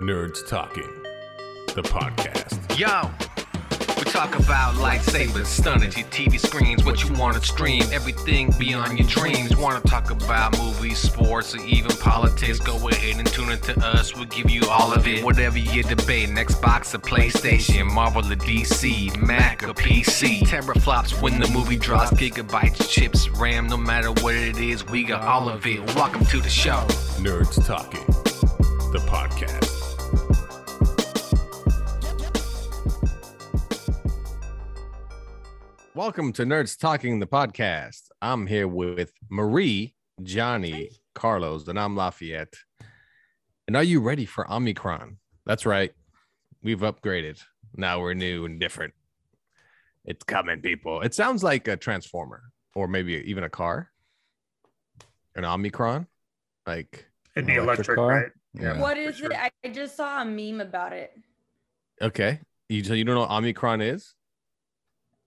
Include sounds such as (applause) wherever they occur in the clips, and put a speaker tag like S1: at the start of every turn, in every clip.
S1: Nerds Talking, the podcast.
S2: Yo, we talk about lightsabers, stunning your TV screens, what you want to stream, everything beyond your dreams. Want to talk about movies, sports, or even politics? Go ahead and tune in to us. We'll give you all of it. Whatever you debate, Xbox or PlayStation, Marvel or DC, Mac or PC. Teraflops when the movie drops, gigabytes, chips, RAM, no matter what it is, we got all of it. Welcome to the show.
S1: Nerds Talking, the podcast.
S3: Welcome to Nerds Talking the Podcast. I'm here with Marie, Johnny, Carlos, and I'm Lafayette. And are you ready for Omicron? That's right. We've upgraded. Now we're new and different. It's coming, people. It sounds like a transformer or maybe even a car. An Omicron? Like,
S4: It'd be
S5: Electric
S4: electric,
S5: car?
S4: right?
S5: Yeah.
S6: What is
S4: for
S6: it? I I just saw a meme about it.
S3: okay. You, so you don't know what Omicron is?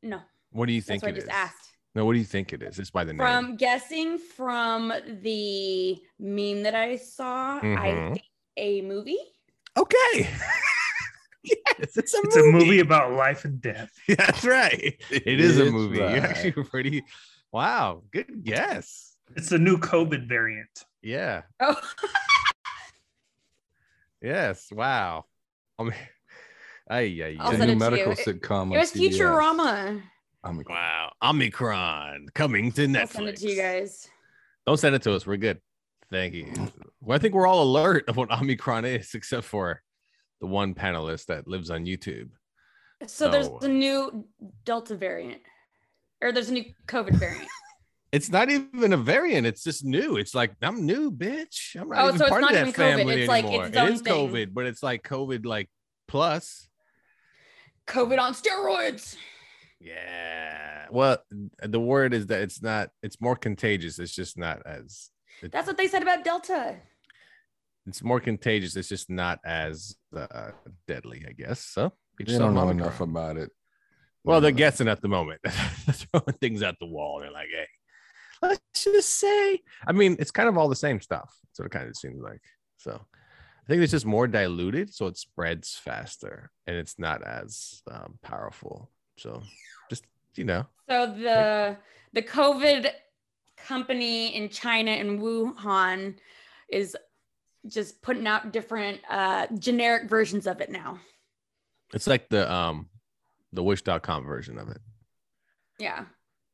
S6: No,
S3: What do you
S6: that's
S3: think
S6: what I
S3: it
S6: just
S3: is?
S6: asked.
S3: No, what do you think it is? It's by the name.
S6: From guessing from the meme that I saw, I
S3: Mhm.
S6: think a movie. (laughs)
S3: Okay. (laughs) yes, it's a
S4: It's a movie about life and death.
S3: (laughs) That's right. It is a
S5: It's
S3: movie.
S5: right.
S3: You're actually pretty. Wow. Good guess.
S4: It's the new COVID variant.
S3: Yeah.
S6: Oh,
S3: Yes. Wow. I mean, ay, ay,
S6: I'll
S5: The
S3: ay.
S6: send
S5: new
S6: it to
S5: medical
S6: you.
S5: sitcom.
S6: it was Futurama.
S3: Wow. Omicron coming to Netflix.
S6: I'll send it to you guys.
S3: Don't send it to us. We're good. Thank you. Well, I think we're all alert of what Omicron is, except for the one panelist that lives on YouTube.
S6: So there's
S3: Oh.
S6: a new Delta variant, or there's a new COVID variant.
S3: It's not even a variant. It's just new. It's like I'm new, bitch. I'm not
S6: Oh,
S3: even
S6: so it's
S3: part
S6: not
S3: of that
S6: even COVID.
S3: family
S6: It's like-
S3: anymore.
S6: it's its
S3: it
S6: own
S3: is
S6: thing.
S3: COVID, but it's like COVID like plus.
S6: COVID on steroids.
S3: Yeah. Well, the word is that it's not. It's more contagious. It's just not as. it-
S6: That's what they said about Delta.
S3: it's more contagious. It's just not as uh, deadly, I guess. So we
S5: They
S3: saw
S5: don't know
S3: Omicron.
S5: enough about it.
S3: Well, they're
S5: Yeah.
S3: guessing at the moment. (laughs) they're throwing things at the wall. They're like, hey, let's just say. I mean, it's kind of all the same stuff. That's what it kind of seems like. So I think it's just more diluted, so it spreads faster and it's not as um, powerful. So just you know,
S6: So the the COVID company in China in Wuhan is just putting out different uh, generic versions of it now.
S3: it's like the um the wish.com version of it.
S6: Yeah,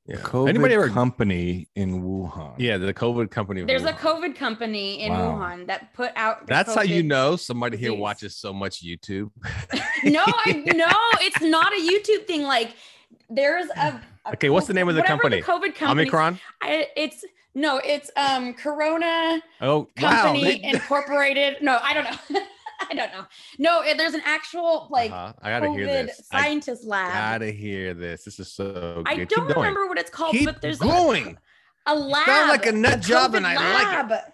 S3: Yeah.
S5: COVID
S3: Anybody ever
S5: company in Wuhan.
S3: Yeah, the COVID company. of
S6: there's a
S3: Wuhan.
S6: COVID company in
S5: Wow.
S6: Wuhan that put out. the
S3: That's how you
S6: COVID
S3: know somebody here
S6: disease.
S3: watches so much YouTube.
S6: (laughs) no,
S3: (laughs)
S6: I no, it's not a YouTube thing. Like there's a, a
S3: Okay, what's the name of the company?
S6: whatever COVID company.
S3: Omicron?
S6: I, it's no, it's um Corona.
S3: Oh, wow.
S6: company
S3: they-
S6: incorporated no i don't know (laughs) i don't know no eh, there's an actual like
S3: Uh-huh. I gotta hear
S6: covid
S3: this. I
S6: scientist lab
S3: gotta hear this. This is so.
S6: i
S3: good.
S6: don't
S3: Keep going.
S6: remember what it's called
S3: Keep
S6: but there's a-
S3: going.
S6: a, lab
S3: sound like a nut job and I like
S6: like it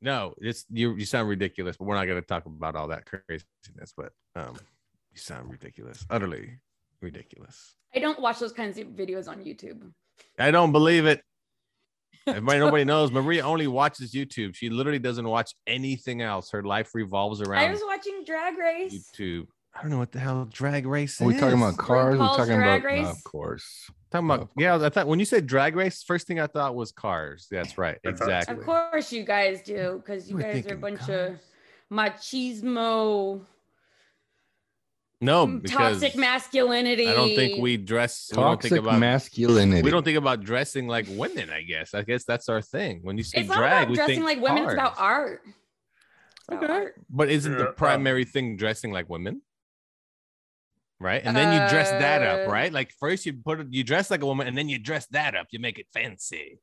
S3: No, it's you. You sound ridiculous, but we're not gonna talk about all that craziness. But um, you sound ridiculous, utterly ridiculous.
S6: i don't watch those kinds of videos on youtube
S3: I don't believe
S6: (laughs)
S3: it. Everybody, nobody knows. Maria only watches YouTube. She literally doesn't watch anything else. Her life revolves
S6: i
S3: around
S6: was watching drag race
S3: YouTube. I don't know what the hell drag race
S5: Are we talking
S3: is.
S5: about cars? We're
S6: RuPaul's
S5: talking
S6: Drag
S5: about
S6: Race?
S5: No, of course.
S3: Talking about yeah, I thought when you said drag race, first thing I thought was cars. That's right,
S4: I thought so.
S3: exactly.
S6: of course you guys do because you
S3: were
S6: guys are a
S3: thinking
S6: bunch of
S3: cars.
S6: machismo
S3: No,
S6: mm,
S3: Oh, because
S6: toxic masculinity
S3: I don't think we dress. We don't
S5: Toxic
S3: think about
S5: masculinity.
S3: we don't think about dressing like women. I guess I guess that's our thing. When you say
S6: it's not
S3: drag,
S6: about
S3: we
S6: dressing
S3: think
S6: like women it's about
S3: cars.
S6: art It's about art.
S3: But isn't
S4: Yeah,
S6: uh,
S3: the
S4: um,
S3: primary thing dressing like women? Right, and then you dress that up,
S6: Uh,
S3: right? Like first you put you dress like a woman, and then you dress that up. You make it fancy.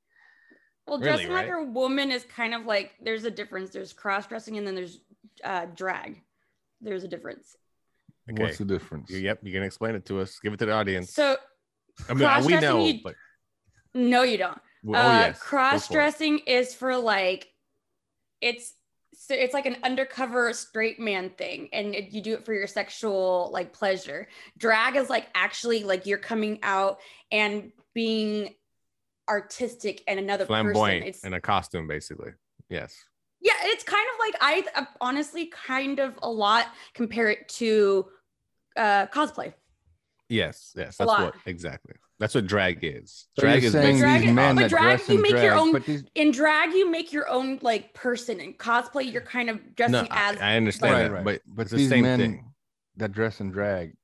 S6: Well,
S3: Really,
S6: dressing like a woman is kind of like there's a difference. There's cross dressing and then there's uh, drag. There's a difference.
S3: Okay,
S5: What's the difference?
S3: yep, you can explain it to us. Give it to the audience.
S6: So
S3: I mean, we
S6: cross-dressing,
S3: know,
S6: you-
S3: but
S6: no, you don't.
S3: oh
S6: uh,
S3: yes, go for it.
S6: cross dressing is for like it's so it's like an undercover straight man thing, and it- you do it for your sexual like pleasure. Drag is like actually like you're coming out and being artistic and another
S3: flamboyant
S6: person. It's
S3: in a costume, basically. Yes.
S6: Yeah, it's kind of like I uh, honestly kind of a lot compare it to uh cosplay.
S3: Yes, yes,
S6: A
S3: that's
S6: lot.
S3: what exactly. That's what drag is.
S5: So
S3: Drag
S5: you're
S3: is
S5: saying
S3: basically-
S6: Drag-
S5: these men
S6: but
S5: that
S6: drag,
S5: dress
S6: you
S5: in
S6: make your
S5: drag,
S6: own-
S5: but these,
S6: In drag, you make your own like person. In cosplay, you're kind of dressing
S3: no, I,
S6: as
S3: I understand
S5: right,
S3: that,
S5: right.
S3: but
S5: but
S3: it's the
S5: these
S3: same
S5: men
S3: thing.
S5: that dress in drag,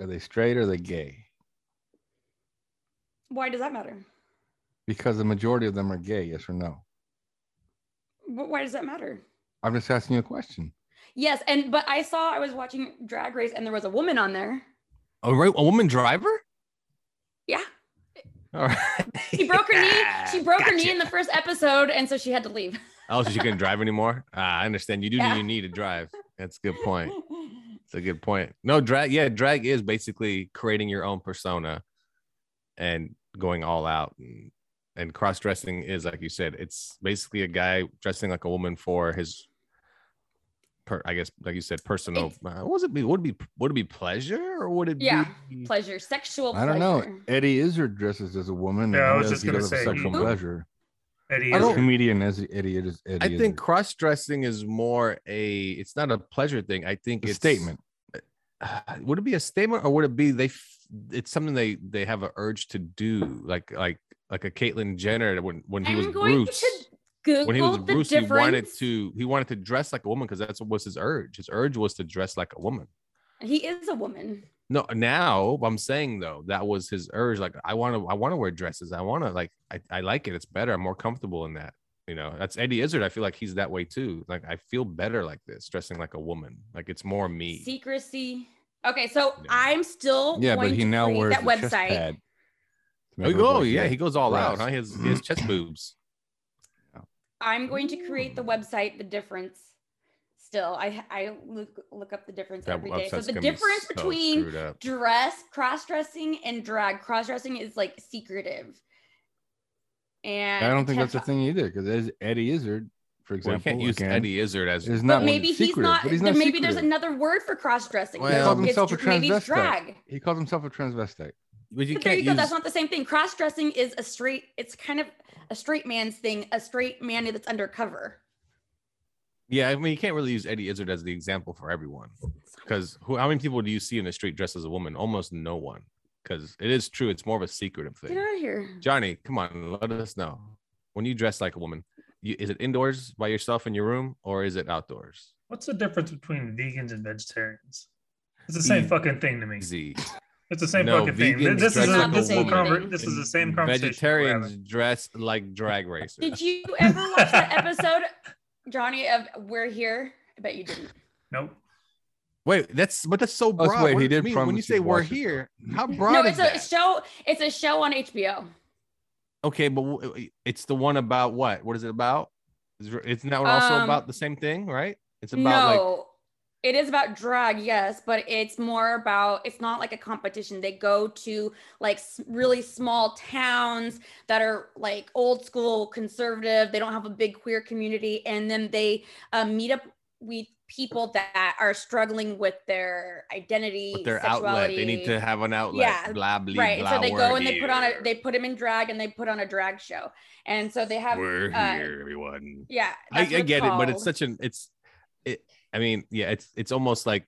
S5: are they straight or are they gay?
S6: why does that matter?
S5: Because the majority of them are gay. Yes or no?
S6: Wh- Why does that matter?
S5: I'm just asking you a question.
S6: Yes, and but I saw I was watching Drag Race and there was a woman on there.
S3: A, ro- a woman driver?
S6: Yeah.
S3: All right.
S6: (laughs) She broke her knee.
S3: (laughs)
S6: She broke her knee in the first episode, and so she had to leave.
S3: Oh, so she couldn't drive anymore? Ah, I understand. You do
S6: Yeah.
S3: need, you need to drive. That's a
S6: (laughs)
S3: good point. It's a good point. No, drag. Yeah, drag is basically creating your own persona and going all out. And, and cross dressing is, like you said, it's basically a guy dressing like a woman for his, per, I guess, like you said, personal.
S6: It's-
S3: uh, what was it? Be? Would it be? Would it be pleasure or would it
S6: Yeah,
S3: be?
S6: pleasure, sexual.
S5: I don't know.
S6: Oh, pleasure.
S5: Eddie Izzard dresses as a woman.
S4: Yeah, I
S5: and
S4: was
S5: he does-
S4: just
S5: he
S4: gonna
S5: does have
S4: say,
S5: sexual
S4: who-
S5: pleasure.
S4: Eddie
S5: I
S4: Izzard.
S5: don't comedian as Eddie Izzard. Eddie
S3: I think
S5: Izzard.
S3: cross dressing is more a. It's not a pleasure thing. I think
S5: It's a
S3: it's
S5: statement.
S3: (sighs) would it be a statement or would it be they f- it's something they they have a urge to do like like like a Caitlyn Jenner when when he was
S6: I'm going
S3: Bruce
S6: to Google
S3: when he was
S6: the
S3: Bruce
S6: difference.
S3: he wanted to he wanted to dress like a woman because that's what was his urge his urge was to dress like a woman
S6: He is a woman.
S3: no now I'm saying though that was his urge like I want to I want to wear dresses I want to like I, I like it it's better I'm more comfortable in that you know that's Eddie Izzard I feel like he's that way too like I feel better like this dressing like a woman like it's more me
S6: Secrecy. Okay, so
S3: Yeah.
S6: I'm still
S5: Yeah,
S6: going
S5: but he
S6: to
S5: now
S6: read
S5: wears
S6: that
S5: the chest
S6: website.
S5: pad to
S3: Oh,
S5: make
S3: he
S5: it
S3: go-
S5: look
S3: oh,
S5: like
S3: yeah,
S5: gay.
S3: he goes all out.
S5: Breasts.
S3: Huh? He has
S5: (clears throat)
S3: he has chest boobs.
S6: I'm going to create the website, the difference. Still, I I look look up the difference
S3: That
S6: every day. So
S3: website's
S6: the
S3: gonna be
S6: difference
S3: so
S6: between
S3: screwed up.
S6: dress cross dressing and drag cross dressing is like secretive. And
S5: I don't think that's
S6: a
S5: a thing either because Eddie Izzard, for
S3: Well, you
S5: example,
S3: can't use
S5: again,
S3: Eddie Izzard as
S5: is not
S6: But
S5: one
S6: maybe
S5: that's
S6: he's
S5: secretive,
S6: not.
S5: but he's
S6: there-
S5: not
S6: maybe there's
S5: secretive.
S6: another word for cross dressing.
S3: Well- He called
S5: himself a
S6: maybe it's
S5: transvestite.
S6: drag.
S5: He calls himself a transvestite.
S3: but you
S6: but there
S3: can't
S6: you go.
S3: use
S6: That's not the same thing. Cross dressing is a straight. It's kind of a straight man's thing. A straight man that's undercover.
S3: yeah. I mean, you can't really use Eddie Izzard as the example for everyone because who? How many people do you see in the street dressed as a woman? Almost no one. Because it is true, it's more of a secretive
S6: Get
S3: thing.
S6: out of here.
S3: Johnny, come on, let us know when you dress like a woman. You, is it indoors by yourself in your room or is it outdoors?
S4: What's the difference between vegans and vegetarians? It's the same
S3: Easy.
S4: fucking thing to me.
S3: Easy.
S4: It's the same
S3: No,
S4: fucking thing.
S3: vegans
S4: This is
S6: dress
S4: a,
S6: like a
S4: this, will
S6: woman.
S4: conver- this is the same conversation. we're
S3: Vegetarians
S4: having.
S3: dress like drag racers.
S6: Did you ever watch
S3: (laughs)
S6: that episode, Johnny? Of We're Here. I bet you didn't.
S4: Nope.
S3: Wait, that's but that's so broad.
S5: wait,
S3: What
S5: he
S3: does it
S5: did
S3: mean?
S5: promise
S3: When you
S5: you'd
S3: say we're
S5: watch it, though.
S3: here, how broad
S6: No,
S3: is
S6: it's a
S3: that?
S6: show. It's a show on HBO.
S3: okay, but w- w- it's the one about what? What is it about? Is r- It's not also
S6: Um,
S3: about the same thing, right? It's about
S6: no, it is about drag, yes, but it's more about it's not like a competition. They go to like s- really small towns that are like old school conservative. They don't have a big queer community, and then they um, meet up with people that are struggling with their identity,
S3: like with their outlet.
S6: sexuality.
S3: They need to have an outlet.
S6: Yeah,
S3: blah blah.
S6: right. And
S3: blah,
S6: so they
S3: we're
S6: go and they put on a
S3: here.
S6: they put him in drag and they put on a drag show, and so they have
S1: We're
S6: uh,
S1: here, everyone.
S6: yeah.
S3: I,
S6: that's what
S3: I get it, but it's
S6: called.
S3: such an it's. It. I mean, yeah, it's it's almost like.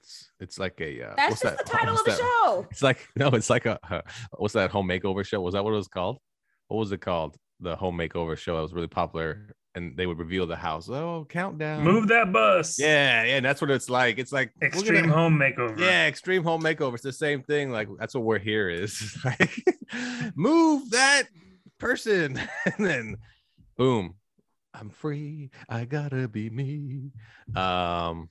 S3: It's it's like a. Uh,
S6: that's
S3: what's
S6: just
S3: that-
S6: the title
S3: (laughs)
S6: of
S3: what's
S6: the
S3: that-
S6: show.
S3: It's like (laughs) no, it's like a uh, what's that home makeover show? Was that what it was called? What was it called? The home makeover show that was really popular, and they would reveal the house. Oh, countdown.
S4: Move that bus.
S3: Yeah, yeah, that's what it's like. It's like we're gonna-
S4: Extreme home makeover.
S3: Yeah, extreme home makeover. It's the same thing. Like that's what we're here is. (laughs) like, move that person, (laughs) and then boom, I'm free. I gotta be me. Um,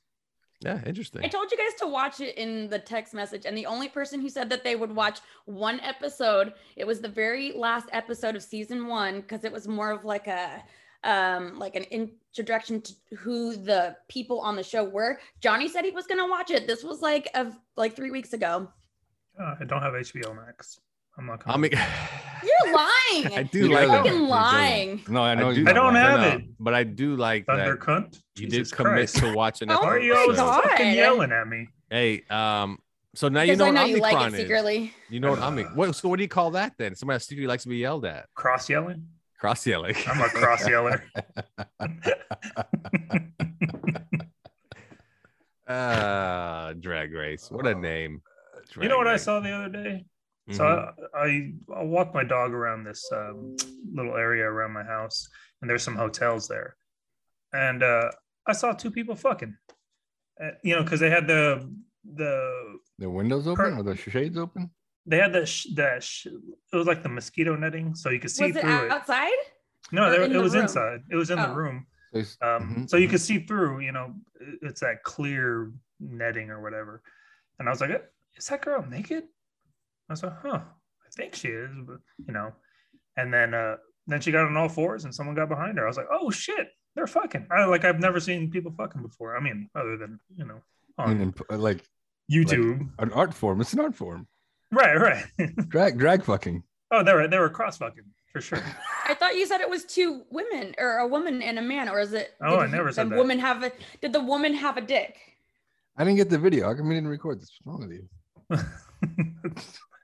S3: yeah, interesting.
S6: I told you guys to watch it in the text message, and the only person who said that they would watch one episode, it was the very last episode of season one, because it was more of like a um like an introduction to who the people on the show were. Johnny said he was gonna watch it. This was like of like three weeks ago.
S4: Uh, I don't have HBO Max. I'm not.
S3: I
S4: Coming.
S3: mean, (sighs)
S6: You're
S3: (laughs) I
S6: lying.
S3: do
S5: He
S3: like
S5: doesn't.
S6: fucking
S5: He doesn't.
S6: lying.
S5: No, I know.
S3: do-
S5: he's
S4: I
S5: not
S4: don't
S5: lying.
S4: have
S3: no,
S4: it.
S3: but I do like
S4: Thunder
S3: that
S4: cunt.
S3: you
S4: Jesus
S3: did commit
S4: Christ.
S3: to
S6: (laughs)
S3: watching.
S6: Oh
S4: Why are you
S6: my
S4: always
S6: God.
S4: fucking yelling at me?
S3: Hey, um, so now you
S6: Because
S3: know
S6: I
S3: what
S6: know you like
S3: Omicron
S6: it
S3: is.
S6: secretly.
S3: You know what I mean? What, so what do you call that then? Somebody that secretly likes to be yelled at.
S4: Cross yelling.
S3: Cross yelling.
S4: I'm a cross (laughs) yeller.
S3: (laughs) Ah, drag race. What a name.
S4: Oh, you know what
S3: Drag
S4: I
S3: race.
S4: saw the other day? So
S3: Mhm.
S4: I, I I walk my dog around this um, little area around my house, and there's some hotels there, and uh, I saw two people fucking. Uh, you know, because they had the the
S5: the windows open or the shades open?
S4: they had the sh- the sh- it was like the mosquito netting, so you could see
S6: Was it
S4: through it.
S6: outside?
S4: No,
S6: or
S4: there,
S6: in
S4: it
S6: the
S4: was
S6: room?
S4: inside. It was in
S6: Oh.
S4: the room.
S5: So it's-
S4: Um,
S5: mhm,
S4: So you
S5: mhm.
S4: could see through, you know, it- it's that clear netting or whatever. And I was like, "Eh, is that girl naked? I was like, huh, I think she is, but, you know. And then uh, then she got on all fours and someone got behind her. I was like, oh shit, they're fucking. I like I've never seen people fucking before. I mean, other than, you know,
S5: I mean,
S4: on
S5: imp- like
S4: YouTube.
S5: an art form. It's an art form.
S4: right, (laughs) right.
S5: Drag drag fucking.
S4: oh, they were they were cross fucking for sure. (laughs)
S6: I thought you said it was two women or a woman and a man, or is it?
S4: Oh,
S6: did
S4: I
S6: you-
S4: never said
S6: the
S4: that.
S6: Woman have a? Did the woman have a dick?
S5: I didn't get the video. I didn't record this. What's wrong with you?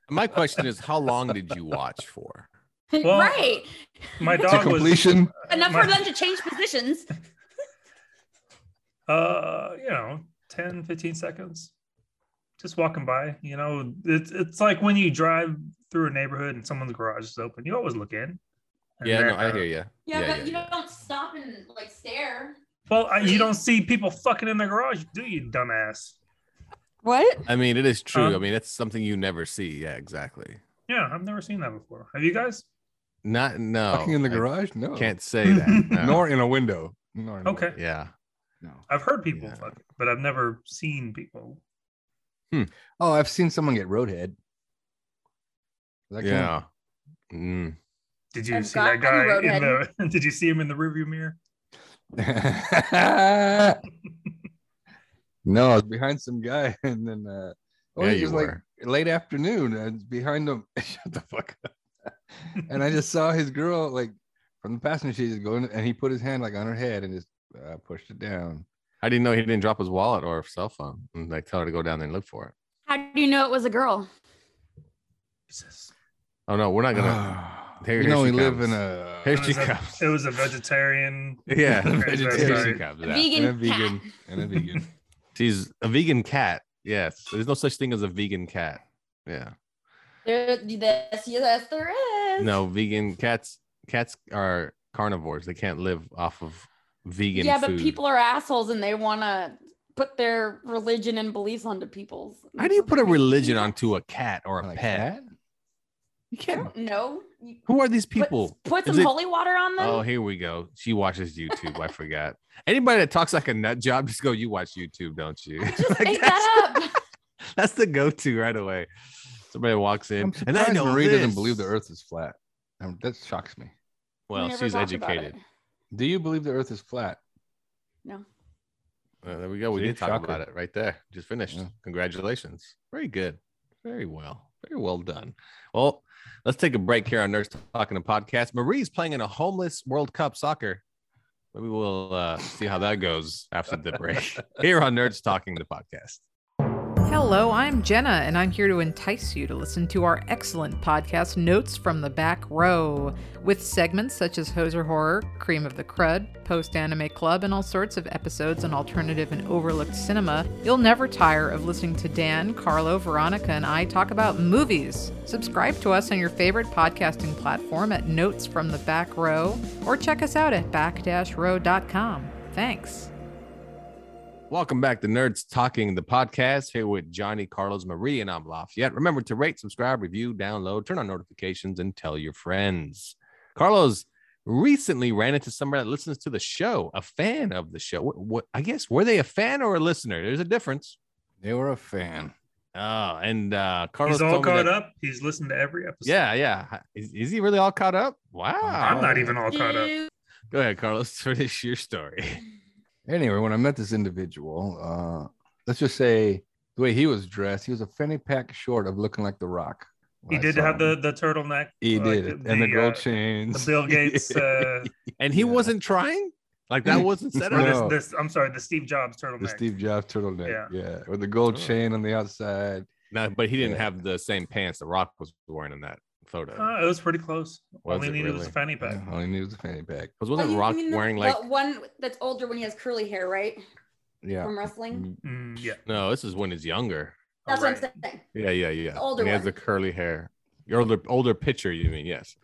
S3: My question is, how long did you watch (laughs) for?
S6: (laughs)
S4: Well,
S6: right,
S4: My
S6: To
S5: To
S4: dog was
S5: completion.
S6: enough
S4: my-
S6: for them to change positions.
S4: uh you know 10 15 seconds just walking by you know it's it's like when you drive through a neighborhood and someone's garage is open you always look in And
S3: Yeah,
S4: then,
S3: no, I
S4: uh,
S3: hear you.
S6: (laughs)
S3: yeah,
S6: Yeah, but
S3: yeah,
S6: you
S3: yeah.
S6: don't stop and like stare.
S4: well I, you don't see people fucking in the garage do you dumbass
S6: What?
S3: I mean, it is true.
S4: Huh?
S3: I mean, that's something you never see. Yeah, exactly.
S4: yeah i've never seen that before have you guys
S3: Not no.
S5: Fucking in the
S3: Oh, I
S5: garage? No.
S3: Can't say (laughs) that. no.
S5: (laughs) Nor in a window. Nor in a
S4: Okay.
S5: window.
S3: Yeah.
S5: No.
S4: i've heard people
S3: Yeah.
S4: fucking but i've never seen people
S5: Oh, I've seen someone get roadhead. That count?
S3: yeah. Mm.
S4: did you
S6: I've
S4: see that guy in
S6: gotten
S4: the (laughs) did you see him in the rearview mirror
S5: (laughs) no, I was behind some guy, (laughs) and then uh, oh,
S3: Yeah,
S5: it
S3: you
S5: was like late afternoon. I was behind him. (laughs) Shut the fuck
S3: (laughs)
S5: up. and I just saw his girl like from the passenger seat just going, and he put his hand like on her head and just uh, pushed it down.
S3: I didn't know he didn't drop his wallet or cell phone and like tell her to go down there and look for it.
S6: How do you know it was a girl?
S4: Jesus.
S3: Oh no, we're not gonna
S5: (sighs)
S3: Here-
S5: you
S3: here
S5: know
S3: she
S5: we live
S3: comes.
S5: in a
S3: Here
S4: It
S3: she
S4: was a-
S3: comes.
S4: it was a vegetarian
S3: (laughs)
S4: (laughs)
S3: Yeah. (laughs) Here she
S4: Sorry.
S3: comes.
S6: A
S3: yeah.
S5: (laughs) and
S6: vegan,
S5: a vegan
S6: cat.
S5: and a
S3: (laughs)
S5: vegan.
S3: She's a vegan cat. Yes. There's no such thing as a vegan cat. Yeah.
S6: There, yes, yes, there is.
S3: No, vegan cats cats are carnivores. They can't live off of vegan
S6: Yeah,
S3: food.
S6: but people are assholes and they want to put their religion and beliefs onto people's.
S3: How do you put a religion onto a cat or a
S5: Like
S3: pet?
S5: that?
S3: You can't.
S6: No. You
S3: Who are these
S6: put-
S3: people?
S6: Put,
S3: Is
S6: some
S3: it-
S6: holy water on them.
S3: Oh, here we go. She watches YouTube. I forgot. Anybody that talks like a nut job, (laughs) just go. You watch YouTube, don't you? (laughs)
S6: I (laughs) just
S3: Like,
S6: ate
S3: that's,
S6: that up.
S3: that's the go-to right away. Somebody walks
S5: I'm
S3: in, and I
S5: surprised
S3: know
S5: Marie doesn't
S3: this."
S5: believe the Earth is flat. Um, that shocks me.
S6: We
S3: (laughs) Well,
S6: never
S3: she's
S6: talked about
S3: educated.
S6: it.
S5: Do you believe the Earth is flat?
S3: Uh, there we go. We
S5: See?
S3: did talk
S5: Shocker.
S3: about it right there. Just finished.
S5: Yeah.
S3: Congratulations. Very good. Very well. Very well done. Well, let's take a break here on Nurse Talking to Podcast. Marie's playing in a homeless World Cup soccer. Maybe we'll uh, see how that goes after the
S5: (laughs)
S3: break here on Nerds Talking the Podcast.
S7: Hello, I'm Jenna, and I'm here to entice you to listen to our excellent podcast, Notes from the Back Row, with segments such as Hoser Horror, Cream of the Crud, Post Anime Club, and all sorts of episodes on alternative and overlooked cinema. You'll never tire of listening to Dan, Carlo, Veronica, and I talk about movies. Subscribe to us on your favorite podcasting platform at Notes from the Back Row, or check us out at back-row.com. Thanks.
S3: Welcome back to Nerds Talking the Podcast here with Johnny, Carlos, Marie, and I'm Lafayette. Remember to rate, subscribe, review, download, turn on notifications, and tell your friends. Carlos recently ran into somebody that listens to the show, a fan of the show. What, what I guess were they a fan or a listener? There's a difference.
S5: They were a fan.
S3: Oh, and uh Carlos
S4: he's all
S3: told me
S4: caught
S3: that-
S4: up he's listened to every episode
S3: Yeah, yeah. Is, is he really all caught up? Wow.
S5: Oh.
S4: i'm not even all caught up
S6: Dude.
S3: Go ahead, Carlos. (laughs) Finish your story.
S5: Anyway, when I met this individual, uh, let's just say the way he was dressed, he was a fanny pack short of looking like The Rock. when
S4: He
S5: I
S4: did
S5: saw
S4: have
S5: him.
S4: the, the turtleneck.
S5: He
S4: like,
S5: did, and the gold
S4: uh,
S5: chains. (laughs)
S4: the Bill Gates. Uh,
S3: And he
S5: Yeah.
S3: wasn't trying. Like
S4: (laughs)
S3: that wasn't set
S4: or
S3: up.
S5: No.
S4: this, this, I'm sorry, the Steve Jobs turtleneck.
S5: the Steve Jobs turtleneck.
S4: Yeah.
S5: Yeah, with the gold
S3: Oh.
S5: chain on the outside.
S3: No, but he didn't
S5: Yeah.
S3: have the same pants that Rock was wearing in that Florida.
S4: Uh, it was pretty close.
S3: Was
S4: Only
S3: it
S4: needed was
S3: really?
S4: a fanny pack.
S5: Yeah, all he needed was a fanny pack.
S3: Because
S6: Oh,
S3: wasn't
S6: you- you
S3: Rock
S6: mean the-
S3: wearing
S6: the
S3: like
S6: one that's older when he has curly hair, right?
S5: Yeah.
S6: From
S3: Mm-hmm.
S6: wrestling.
S4: Mm, yeah,
S3: no? This is when he's younger.
S6: That's
S4: All
S6: what
S4: right.
S6: I'm saying.
S3: Yeah, yeah, yeah.
S6: The older
S3: And he has
S6: one.
S3: the curly hair. Your older older picture, you mean? Yes.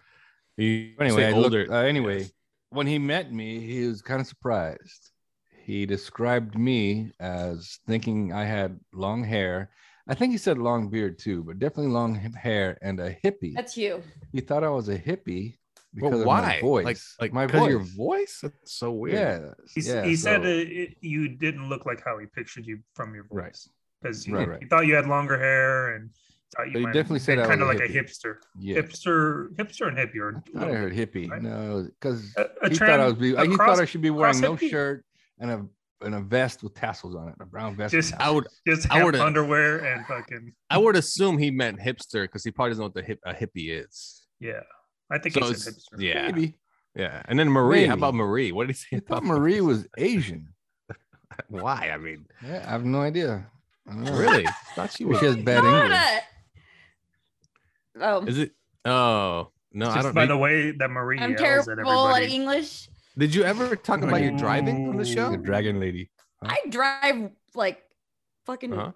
S3: You
S5: But anyway,
S3: say
S5: I looked-
S3: older.
S5: uh, anyway,
S3: yes.
S5: when he met me, he was kind of surprised. He described me as thinking I had long hair. I think he said long beard too, but definitely long h- hair and a hippie.
S6: That's you.
S5: he thought I was a hippie
S3: But
S5: because of
S3: why?
S5: my voice.
S3: Like, like
S5: my
S3: because
S5: voice.
S3: of your voice? That's so weird.
S5: Yeah.
S4: He, s-
S5: yeah,
S4: he said
S5: so-
S4: uh it, you didn't look like how he pictured you from your
S3: Right.
S4: voice because he,
S5: Right, right.
S4: he thought you had longer hair and thought you
S5: But he
S4: might-
S5: definitely said
S4: and
S5: I
S4: kind of
S5: was a
S4: like a
S5: hippie.
S4: hipster,
S5: yeah.
S4: hipster, hipster, and hippie. Or
S5: I thought I heard hippie.
S4: right?
S5: No, because
S4: a, a
S5: he
S4: trans,
S5: thought I was be,
S4: a
S5: he
S4: cross-
S5: thought I should be wearing no
S4: hippie.
S5: shirt and a and a vest with tassels on it, a brown vest. with
S4: Just-
S5: tassels.
S3: I would
S4: just
S3: I
S4: have
S3: would've-
S4: underwear and fucking
S3: I would assume he meant hipster because he probably doesn't know what the hip, a hippie is.
S4: yeah. I think
S3: So
S4: he's a
S3: it's,
S4: hipster.
S3: yeah,
S5: Maybe.
S3: yeah. And then Marie, how
S5: Maybe.
S3: about Marie? What did he say? (laughs)
S5: He thought
S3: about-
S5: Marie was Asian.
S3: Why?
S5: (laughs)
S3: I mean,
S5: Yeah, I have no idea. I don't know.
S3: really? I thought she
S5: Well,
S3: was.
S5: She has bad English.
S6: Nada. Oh,
S3: Is it? Oh no,
S4: Just
S3: I don't.
S4: by
S3: Did,
S4: the way that Marie
S6: I'm
S4: yells at
S6: terrible at
S4: everybody.
S6: English.
S3: did you ever talk about your
S4: Ooh.
S3: driving on the
S5: The
S3: show?
S5: dragon lady.
S6: I drive like fucking
S3: Uh-huh.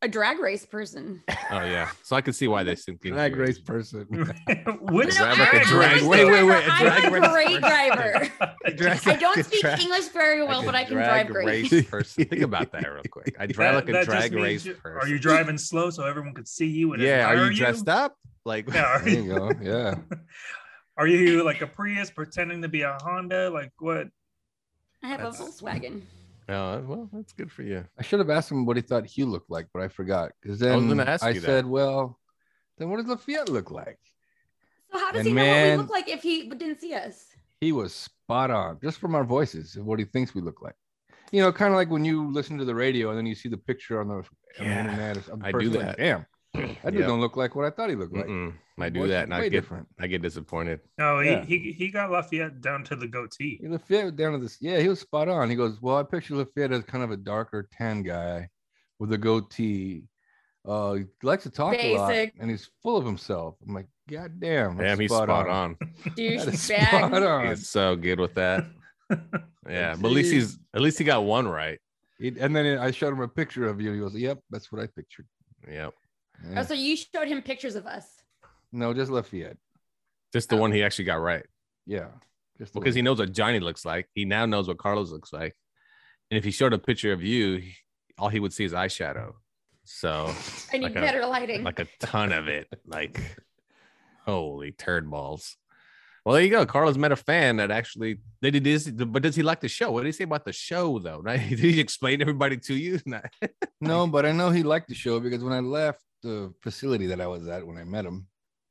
S6: a drag race person.
S3: Oh yeah. So I could see why they think he's
S5: Drag
S3: weird.
S5: race person.
S3: (laughs)
S4: (laughs) Which
S3: No,
S4: drag
S3: like a
S6: I'm
S3: drag-
S6: a
S3: wait, wait, wait, a
S6: I'm a
S3: drag race person. (laughs)
S6: great driver.
S5: Drag-
S6: I don't speak
S5: drag-
S6: English very well,
S3: Like a
S6: but I can
S3: drag
S6: drive great.
S3: race person. Think about that real quick. I drive
S4: That-
S3: like
S4: that
S3: a
S4: just
S3: drag
S4: means
S3: race
S4: you-
S3: person.
S4: Are you driving slow so everyone could see you? And
S3: yeah. Are
S4: admire
S3: you dressed up? Like
S4: Yeah, are
S5: There you
S4: you,
S5: go. Yeah.
S4: (laughs) are you like a Prius pretending to be a Honda? Like what?
S6: (laughs) I have a
S4: That's-
S6: Volkswagen.
S3: (laughs) Oh, well, that's good for you.
S5: I should have asked him what he thought Hugh looked like, but I forgot. Because then
S3: I
S5: I,
S3: was gonna ask you that.
S5: said, well, then what does Lafayette look like?
S6: So how does
S5: And
S6: he know what we
S5: man-
S6: look like if he didn't
S5: (laughs)
S6: see us?
S5: He was spot on just from our voices and what he thinks we look like. You know, kind of like when you listen to the radio and then you see the picture on the, on the
S3: Yeah,
S5: internet. Or some
S3: I do
S5: person, like,
S3: that.
S5: Damn, that dude
S3: Yep.
S5: don't look like what I thought he looked like.
S3: Mm-mm. I
S5: His
S3: do
S5: voice
S3: that,
S5: is
S3: and I
S5: way
S3: get
S5: different.
S3: I get disappointed.
S4: No,
S5: Yeah.
S4: he, he he got Lafayette down to the goatee.
S5: Lafayette down to this. Yeah, he was spot on. He goes, Well, I picture Lafayette as kind of a darker tan guy with a goatee. Uh, he likes to talk a lot
S6: Basic.
S5: and he's full of himself. I'm like, God damn, that's
S3: Damn, he's spot, on.
S5: That is
S6: Douchebag.
S5: spot on.
S3: He's so good with that. Yeah, but at least
S5: See?
S3: he's at least he got one right.
S5: He- and then I showed him a picture of you. He goes, Yep, that's what I pictured.
S3: Yep.
S5: Yeah.
S6: Oh, so you showed him pictures of us.
S5: no, just Lafayette.
S3: Just the
S6: Uh,
S3: one he actually got right
S5: Yeah, just the
S3: because he
S5: one.
S3: knows what Johnny looks like. He now knows what Carlos looks like, and if he showed a picture of you, he- all he would see is eyeshadow. So
S6: I need
S3: Like a-
S6: better lighting.
S3: like a ton of it. Like holy turd balls. Well, there you go. Carlos met a fan that actually did it is, but does he like the show? What did he say about the show though? (laughs) Did he explain everybody to you? (laughs) Nah.
S5: no, but I know he liked the show because when I left the facility that I was at when I met him,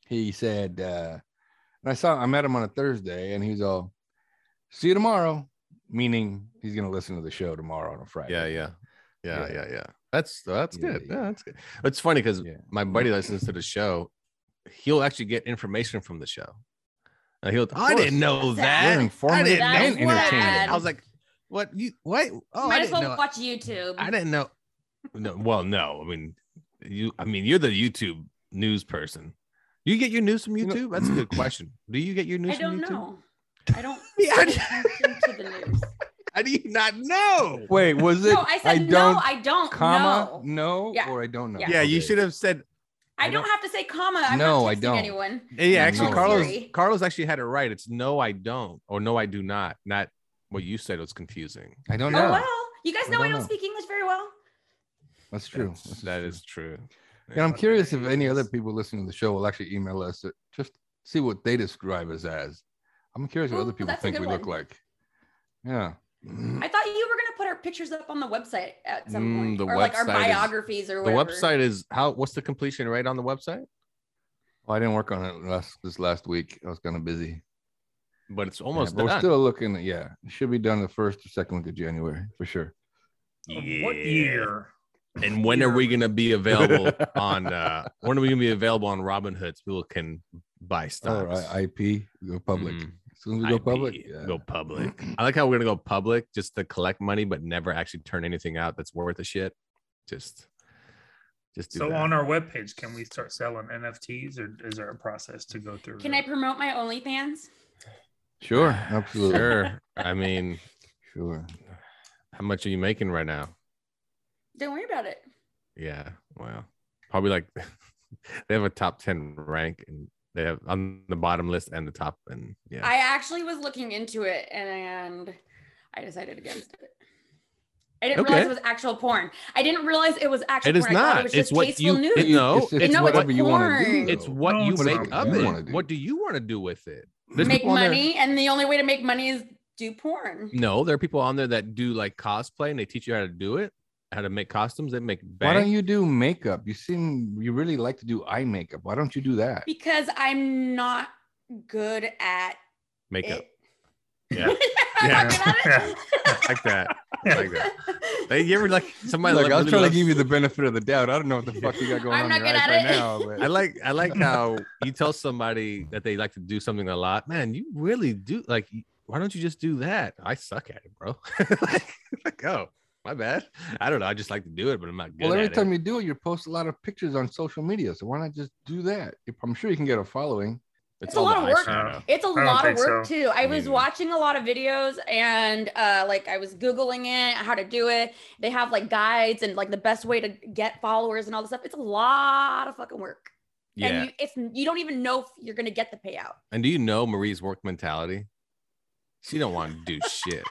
S5: he said, uh, and I saw I met him on a Thursday and he was all, see you tomorrow, meaning he's gonna listen to the show tomorrow on a Friday.
S3: Yeah, yeah, yeah,
S5: Yeah.
S3: yeah, yeah. That's that's
S5: Yeah,
S3: good.
S5: yeah.
S3: Yeah, that's good. It's funny because
S5: Yeah.
S3: my buddy listens to the show. He'll actually get information from the show. And he'll. I
S5: course.
S3: didn't know
S5: We're
S3: that. I
S5: informative
S3: didn't
S6: That's
S3: know
S5: and
S6: what-
S5: entertaining.
S3: I was like, what? You what? Oh, I
S6: Might as
S3: didn't
S6: well
S3: know.
S6: watch YouTube.
S3: I didn't know. No, well, no. I mean, you. I mean, you're the YouTube news person. You get your news from
S5: You know-
S3: YouTube? That's a good question. Do you get your news
S6: I don't
S3: from YouTube? (laughs)
S6: know. I don't
S3: Yeah, I-
S6: listen to the
S3: (laughs)
S6: news.
S3: How do you not know?
S5: Wait, was it
S6: No, I said
S5: don't
S6: no, I don't
S5: comma
S6: know.
S5: no,
S6: Yeah.
S5: or I don't know?
S6: Yeah.
S3: Yeah, you
S5: Okay.
S3: should have said
S6: I
S5: I
S6: don't
S5: don't-
S6: have to say comma. I'm
S5: No,
S6: not
S5: I
S6: texting
S5: don't.
S6: anyone.
S3: Yeah,
S5: I'm
S3: actually,
S5: not
S3: Carlos
S6: Siri.
S3: Carlos actually had it right. It's no, I don't, or no, I do not. Not what you said was confusing.
S5: I don't
S6: Oh
S5: know.
S6: well. You guys
S5: I
S6: know I
S5: don't
S6: don't
S5: know.
S6: speak English very well.
S5: That's true.
S3: That's,
S5: That's
S3: that
S5: true.
S3: is true.
S5: And I'm curious if any other people listening to the show will actually email us to just see what they describe us as. I'm curious what
S6: Ooh,
S5: other people
S6: that's a
S5: think
S6: good
S5: we look
S6: one.
S5: like. Yeah.
S6: I thought you were gonna put our pictures up on the website at some
S3: Mm,
S6: point,
S3: the
S6: or like our
S3: website is-
S6: biographies or
S3: The
S6: whatever.
S3: website is how? What's the completion rate on the website?
S5: Well, I didn't work on it last this last week. I was kind of busy.
S3: But it's almost
S5: yeah, but we're
S3: done.
S5: still looking. at- Yeah, it should be done the first or second week of January for sure.
S4: What
S3: Yeah.
S4: year?
S3: And when are we
S4: year?
S5: (laughs)
S3: gonna be available on? uh When are we gonna be available on Robinhood so people can buy
S5: All
S3: stocks?
S5: right, IP go Oh, public.
S3: Mm,
S5: As soon as we go
S3: IP,
S5: public, yeah.
S3: Go
S4: (clears throat)
S3: public. (clears throat) I like how we're gonna go public just to collect money, but never actually turn anything out that's worth a shit. Just, Just do
S4: So
S3: that.
S4: on our webpage, can we start selling NFTs or is there a process to go through?
S6: Can I
S4: that?
S6: promote my OnlyFans?
S5: Sure, absolutely. Sure.
S3: sure. I mean, how much are you making right now?
S6: Don't worry about it.
S3: Yeah. Wow. Probably like (laughs) they have a top 10 rank and they have on the bottom list and the top. And yeah.
S6: I actually was looking into it and I decided against it. I didn't realize
S3: Okay.
S6: it was actual porn. I didn't realize it was actual
S3: it is
S6: porn. I thought
S3: not.
S6: it was
S3: it's
S6: just
S3: what you
S6: tasteful news.
S3: it- no. Oh, It's,
S5: It's,
S6: No,
S3: what,
S6: it's
S5: whatever you want to
S6: porn.
S5: do.
S3: it's
S5: though.
S3: what
S4: No,
S3: you
S4: it's
S3: make
S4: what
S3: of
S4: you
S5: wanna
S3: it.
S5: do.
S3: What do you want to do with it? There's
S6: Make
S3: people on there- Mm.
S6: money, and the only way to make money is do porn.
S3: No, there are people on there that do like cosplay and they teach you how to do it, how to make costumes. They make
S5: Why don't
S3: bank.
S5: you do makeup? You seem you really like to do eye makeup. Why don't you do that?
S6: Because I'm not good at (laughs)
S3: makeup.
S6: it. (laughs)
S3: Yeah.
S6: I'm not
S4: Yeah.
S6: good at it.
S3: like that. (laughs) Like that. Hey, you ever like somebody
S5: Look,
S3: like
S5: I was
S3: really
S5: trying
S3: loves-
S5: to give you the benefit of the doubt. I don't know what the fuck
S6: (laughs)
S5: you got going
S6: I'm
S5: on
S6: not
S5: in your
S6: good
S5: eyes
S6: at
S5: right
S6: it.
S5: now. (laughs) But
S3: I like I like how you tell somebody that they like to do something a lot. Man, you really do like. y- Why don't you just do that? I suck at it, bro. (laughs) like, like, oh, my bad. I don't know. I just like to do it, but I'm not good
S5: well, every
S3: at
S5: time
S3: it.
S5: you do it, you post a lot of pictures on social media. So why not just do that? If- I'm sure you can get a following.
S6: It's a lot
S3: the
S6: of work.
S3: eyeshadow.
S6: It's a
S4: don't
S6: lot of
S4: think
S6: work
S4: so.
S6: too. I
S3: I
S6: was
S3: mean-
S6: watching a lot of videos and uh like I was googling it, how to do it. They have like guides and like the best way to get followers and all this stuff. It's a lot of fucking work.
S3: Yeah.
S6: And you it's you don't even know if you're going to get the payout.
S3: and do you know Marie's work mentality? She don't want to do
S6: (laughs)
S3: shit.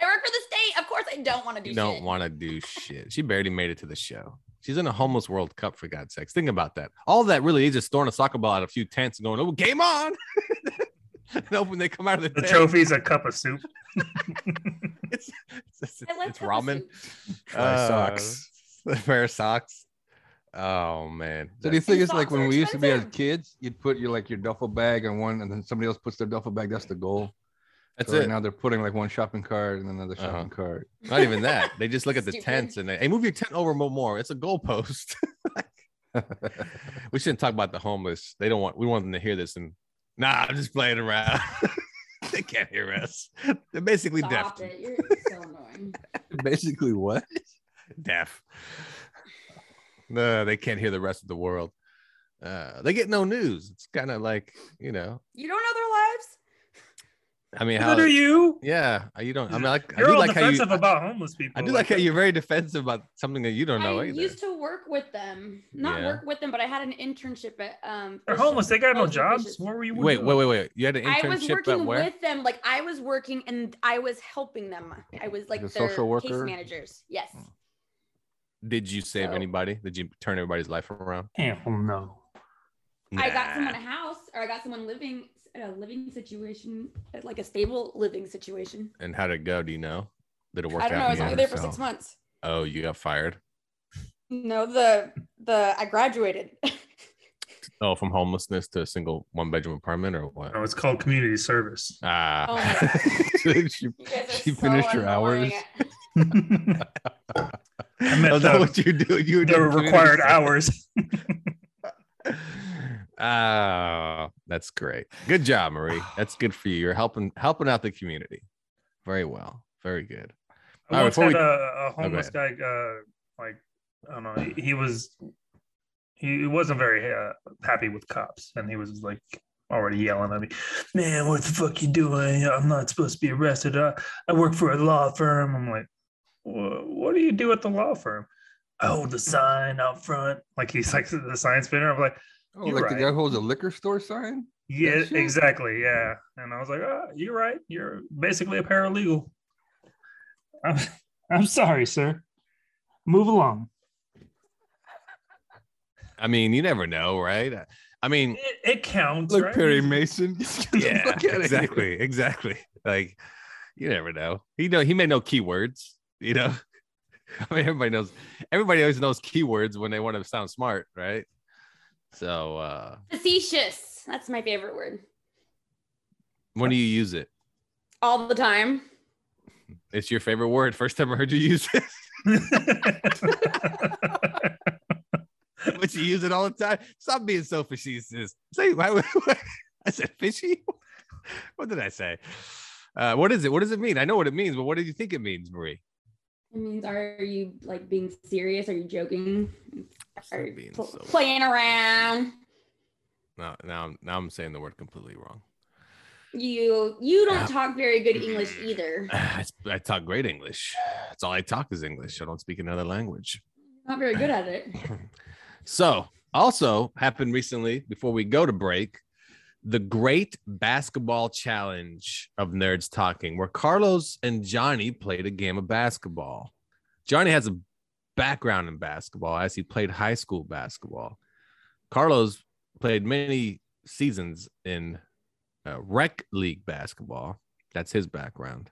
S6: I work for the state. Of course I don't want to do
S3: You don't
S6: shit.
S3: want to do shit. She barely made it to the show. She's in a homeless World Cup for God's sakes. Think about that. All that really is just throwing a soccer ball at a few tents and going, "Oh, game on!" (laughs) and hoping they come out of the,
S6: (laughs)
S4: The
S3: tent.
S4: trophy's a cup of soup. (laughs)
S3: it's it's,
S6: I like
S3: it's
S6: pepper
S3: ramen.
S6: soup.
S5: (laughs) Try
S3: (laughs)
S5: socks.
S3: A pair of socks. Oh man.
S5: So do you
S3: That's-
S5: think
S6: And
S5: it's like
S6: socks
S5: when
S6: are
S5: we used to be as
S6: expensive.
S5: kids, you'd put your like your duffel bag on one, and then somebody else puts their duffel bag. That's the goal.
S3: that's
S5: so right
S3: it.
S5: now they're putting like one shopping cart and another
S3: Uh-huh.
S5: shopping cart.
S3: Not even that. They just look at the
S6: Stupid.
S3: tents and they hey, move your tent over mo- more. It's a goalpost. (laughs)
S5: (laughs)
S3: we shouldn't talk about the homeless. They don't want we want them to hear this and nah, I'm just playing around. (laughs) they can't hear us. They're basically
S6: Stop
S3: deaf.
S6: it. You're so annoying.
S5: (laughs) Basically, what?
S3: Deaf. No, they can't hear the rest of the world. Uh, they get no news. It's kind of like, you know,
S6: You don't know their lives?
S3: I mean,
S4: How
S3: how
S4: do you?
S3: Yeah, I- you don't. I mean, like, I
S4: You're
S3: do
S4: all
S3: like how you.
S4: defensive about homeless people.
S3: I do like how
S4: that.
S3: you're very defensive about something that you don't know
S6: I
S3: either.
S6: used to work with them. Not
S3: Yeah.
S6: work with them, but I had an internship at um
S4: They're
S6: Fisher-
S4: homeless. They got no
S6: Frozen
S4: jobs.
S6: Fishes.
S4: Where were you?
S3: wait, wait, wait, wait. You had an
S6: I was
S3: internship at
S6: working
S3: where?
S6: with them. Like I was working and I was helping them. I was like
S5: Like a
S6: their
S5: social
S6: case
S5: worker?
S6: managers. Yes.
S3: Did you save
S6: So-
S3: anybody? Did you turn everybody's life around?
S4: Hell no.
S6: I got someone
S3: Nah.
S6: a house or I got someone living a living situation, like a stable living situation.
S3: And how did it go? Do you know? Did it work
S6: I don't
S3: out?
S6: know. I
S3: in
S6: was
S3: the
S6: only
S3: end?
S6: there for
S5: so-
S6: six months.
S3: Oh, you got fired.
S6: No, the the I graduated. (laughs)
S3: Oh, from homelessness to a single one bedroom apartment or what?
S4: No, it's called community service.
S3: Ah.
S6: Oh
S3: (laughs)
S6: my
S5: She-
S6: You guys are
S5: She
S6: so
S5: finished her hours?
S6: annoying.
S4: the
S3: Is that
S4: the-
S3: what you do? You were doing community
S4: required
S3: service.
S4: hours.
S3: Ah, that's great. Good job, Marie. That's good for you. You're helping helping out the community. Very well. Very good. All
S4: I
S3: right,
S4: once
S3: before
S4: had
S3: we- Oh,
S4: a, a
S3: go
S4: homeless guy, uh, like I don't know, he, he was he he wasn't very uh, happy with cops, and he was like already yelling at me, "Man, what the fuck you doing? I'm not supposed to be arrested. I, I work for a law firm." I'm like, "Wha- "What do you do at the law firm?" I hold the sign out front, like he's like the sign spinner. I'm like,
S5: Oh,
S4: You're
S5: like the
S4: right.
S5: guy who holds a liquor store sign.
S4: "Yeah,
S5: shit?
S4: exactly, yeah." And I was like, oh, "You're right. You're basically a paralegal." (laughs) I'm, I'm sorry, sir. Move along.
S3: I mean, you never know, right? Uh, I mean,
S4: It, it counts.
S5: Look,
S4: right?
S5: Perry Mason. (laughs) Get the
S3: yeah,
S5: fuck outta here. (laughs)
S3: exactly, exactly. Like, you never know. He know he may know keywords. You know, (laughs) I mean, everybody knows. Everybody always knows keywords when they want to sound smart, right? So, uh,
S6: Facetious. That's my favorite word.
S3: when do you use it?
S6: All the time.
S3: It's your favorite word. First time I heard you use it, (laughs) but you use it all the time. Stop being so facetious. Say, why- (laughs) I said fishy. (laughs) What did I say? Uh, what is it? What does it mean? I know what it means, but what do you think it means, Marie?
S6: It means are you like being serious? Are you joking?
S3: Stop
S6: Are you
S3: being
S6: pl-
S3: so-
S6: playing around?
S3: Now, now, I'm- now I'm saying the word completely wrong. (sighs)
S6: You
S3: Yeah.
S6: you don't talk very good English either.
S3: I, sp- I talk great English. That's all I talk is English. I don't speak another language. (clears throat)
S6: Not very good at it.
S3: So, also happened recently before we go to break the Great Basketball Challenge of Nerds Talking, where Carlos and Johnny played a game of basketball. Johnny has a background in basketball as he played high school basketball. Carlos played many seasons in uh, rec league basketball. That's his background.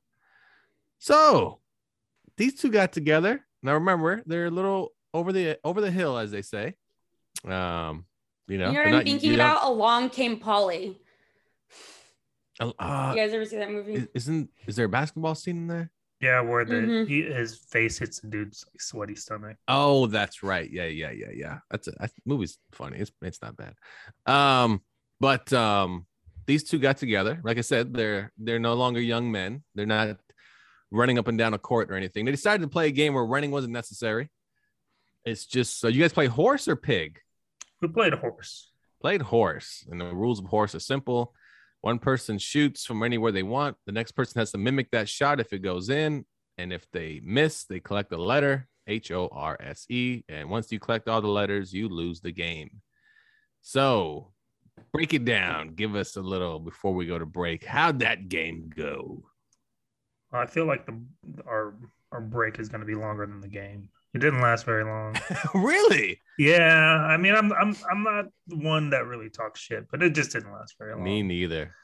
S3: So, these two got together. Now remember, they're a little over the over the hill, as they say. Um, you know, they're
S6: you know what I'm
S3: not-
S6: thinking
S3: you don't-
S6: about? Along Came Polly.
S3: Uh,
S6: You guys ever see that movie?
S3: is- isn't is there a basketball scene in there?
S4: (laughs) Yeah, where the
S6: Mhm.
S4: he, his face hits the dude's like, sweaty stomach.
S3: Oh, that's right. Yeah, yeah, yeah, yeah. That's a that movie's funny. It's it's not bad. Um, but um, these two got together. Like I said, they're they're no longer young men. They're not running up and down a court or anything. They decided to play a game where running wasn't necessary. It's just so you guys play horse or pig.
S4: We played a horse.
S3: played horse and the rules of horse are simple one person shoots from anywhere they want the next person has to mimic that shot if it goes in and if they miss they collect the letter h-o-r-s-e E, and once you collect all the letters you lose the game so break it down give us a little before we go to break how'd that game go (laughs)
S4: I feel like the our our break is going to be longer than the game. It didn't last very
S5: (laughs)
S4: long.
S3: really
S4: yeah, I mean, I'm I'm I'm not the one that really talks shit, but it just didn't last very long.
S3: me neither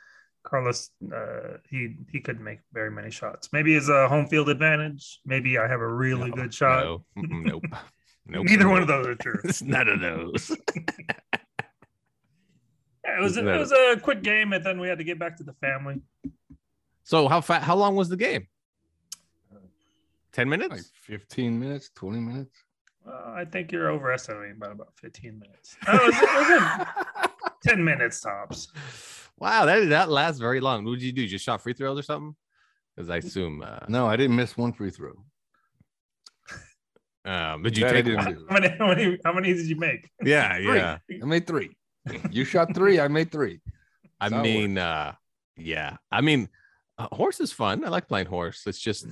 S4: Carlos, uh, he he couldn't make very many shots. Maybe it's a home field advantage. Maybe I have a really
S3: No,
S4: good shot.
S3: no, mm-mm,
S4: (laughs)
S3: nope nope
S4: Neither one
S3: nope.
S4: of those
S3: (laughs)
S4: are true.
S3: it's none of those
S4: Yeah, it was
S3: No.
S4: it was a quick game, and then we had to get back to the family.
S3: so how fat how long was the game 10 minutes
S5: Like 15 minutes, 20 minutes.
S4: Uh, I think you're overestimating by about 15
S3: (laughs)
S4: minutes. No, it was, it was a 10 minutes tops.
S3: wow, that did not last very long. What did you do? Just shot free throws or something? Because I assume. Uh,
S5: No, I didn't miss one free throw.
S3: um, did you
S5: That I
S3: take?
S5: didn't
S3: one? (laughs)
S5: do.
S4: How many, how many how many did you make?
S3: Yeah,
S5: Three.
S3: yeah.
S5: I made three. You shot three. I made three.
S3: I
S5: That's how it
S3: mean, uh, yeah. I mean, uh, horse is fun. I like playing horse. It's just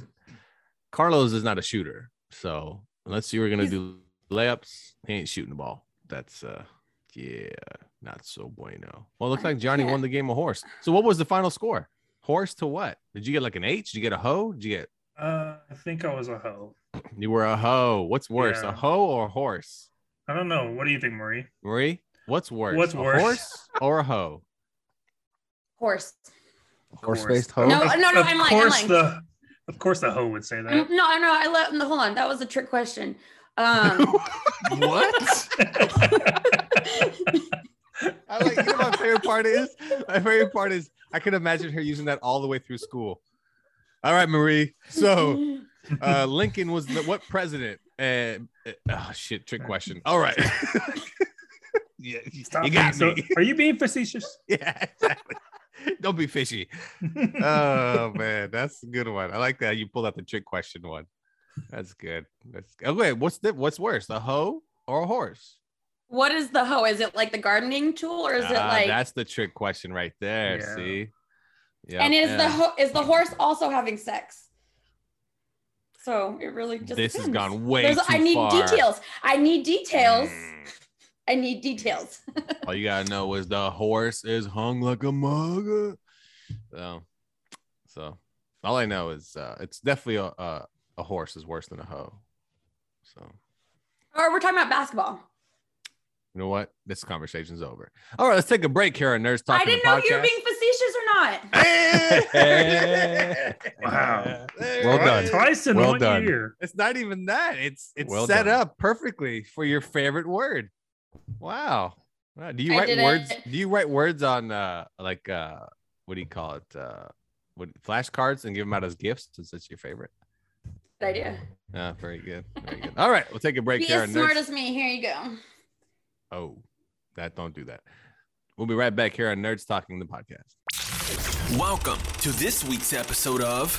S3: Carlos is not a shooter, so unless you were gonna
S6: He's-
S3: do layups, he ain't shooting the ball. That's uh, yeah, not so bueno. Well, it looks
S6: I
S3: like Johnny won
S6: can't-
S3: the game of horse. So what was the final score? Horse to what? Did you get like an H? Did you get a hoe? Did you get
S4: Uh, I think I was a hoe.
S3: you were a hoe? What's worse,
S4: Yeah.
S3: a hoe or a horse?
S4: I don't know. What do you think, Marie?
S3: Marie, what's worse?
S4: What's
S3: a
S4: worse?
S3: horse or a hoe?
S6: Horse.
S5: Horse faced hoe.
S4: Of
S6: No, uh,
S4: course-
S6: no, no,
S4: Of
S6: I'm lying, I'm
S4: course
S6: lying.
S4: the of course the hoe would say
S6: No,
S4: that.
S6: no, no. I love. No, hold on. That was a trick question.
S3: (laughs)
S6: Um,
S3: what?
S4: (laughs)
S6: (laughs)
S3: I like you know my favorite part is my favorite part is I can imagine her using that all the way through school. All right, Marie. So uh, Lincoln was the, what president? And oh shit, trick question. All right. (laughs) (laughs) yeah,
S4: Stop
S3: you got
S4: being
S3: me.
S4: so- are you being facetious?
S3: yeah, exactly. Don't be fishy. oh man, that's a good one. I like that you pulled out the trick question one. That's good. That's good. Okay, what's the what's worse, a hoe or a horse?
S6: what is the hoe? Is it like the gardening tool, or is it
S3: Ah,
S6: like?
S3: that's the trick question right there?
S4: Yeah.
S3: See, yeah.
S6: and is the ho- is the horse also having sex? So it really just.
S3: this has
S6: depends.
S3: gone way
S6: There's-
S3: too
S6: I need
S3: far.
S6: details. I need details.
S3: Mm.
S6: I need details.
S3: All you gotta know is the horse is hung like a mug. So, so all I know is uh, it's definitely a, a a horse is worse than a hoe. So
S6: Or we're talking about basketball.
S3: you know what? This conversation's over. All right, let's take a break here on Nerds Talking.
S6: I didn't
S3: the
S6: know if you
S3: Podcast.
S6: were being facetious or not.
S3: (laughs)
S6: (laughs)
S4: Wow.
S3: There
S5: Well
S3: it
S5: done.
S3: is.
S4: Twice in
S5: Well
S4: one
S5: done.
S4: year.
S3: It's not even that. It's it's
S5: Well
S3: set
S5: done.
S3: up perfectly for your favorite word. Wow. Wow. Do you
S6: I
S3: write
S6: did
S3: words?
S6: it.
S3: Do you write words on uh like uh what do you call it? Uh what flashcards and give them out as gifts? Is that your favorite?
S6: Good idea.
S3: Ah, very good. Very good. All right, we'll take a break
S6: Be
S3: here.
S6: as
S3: on
S6: smart
S3: Nerds-
S6: as me. Here you go.
S3: oh, that don't do that. We'll be right back here on Nerds Talking the Podcast.
S2: Welcome to this week's episode of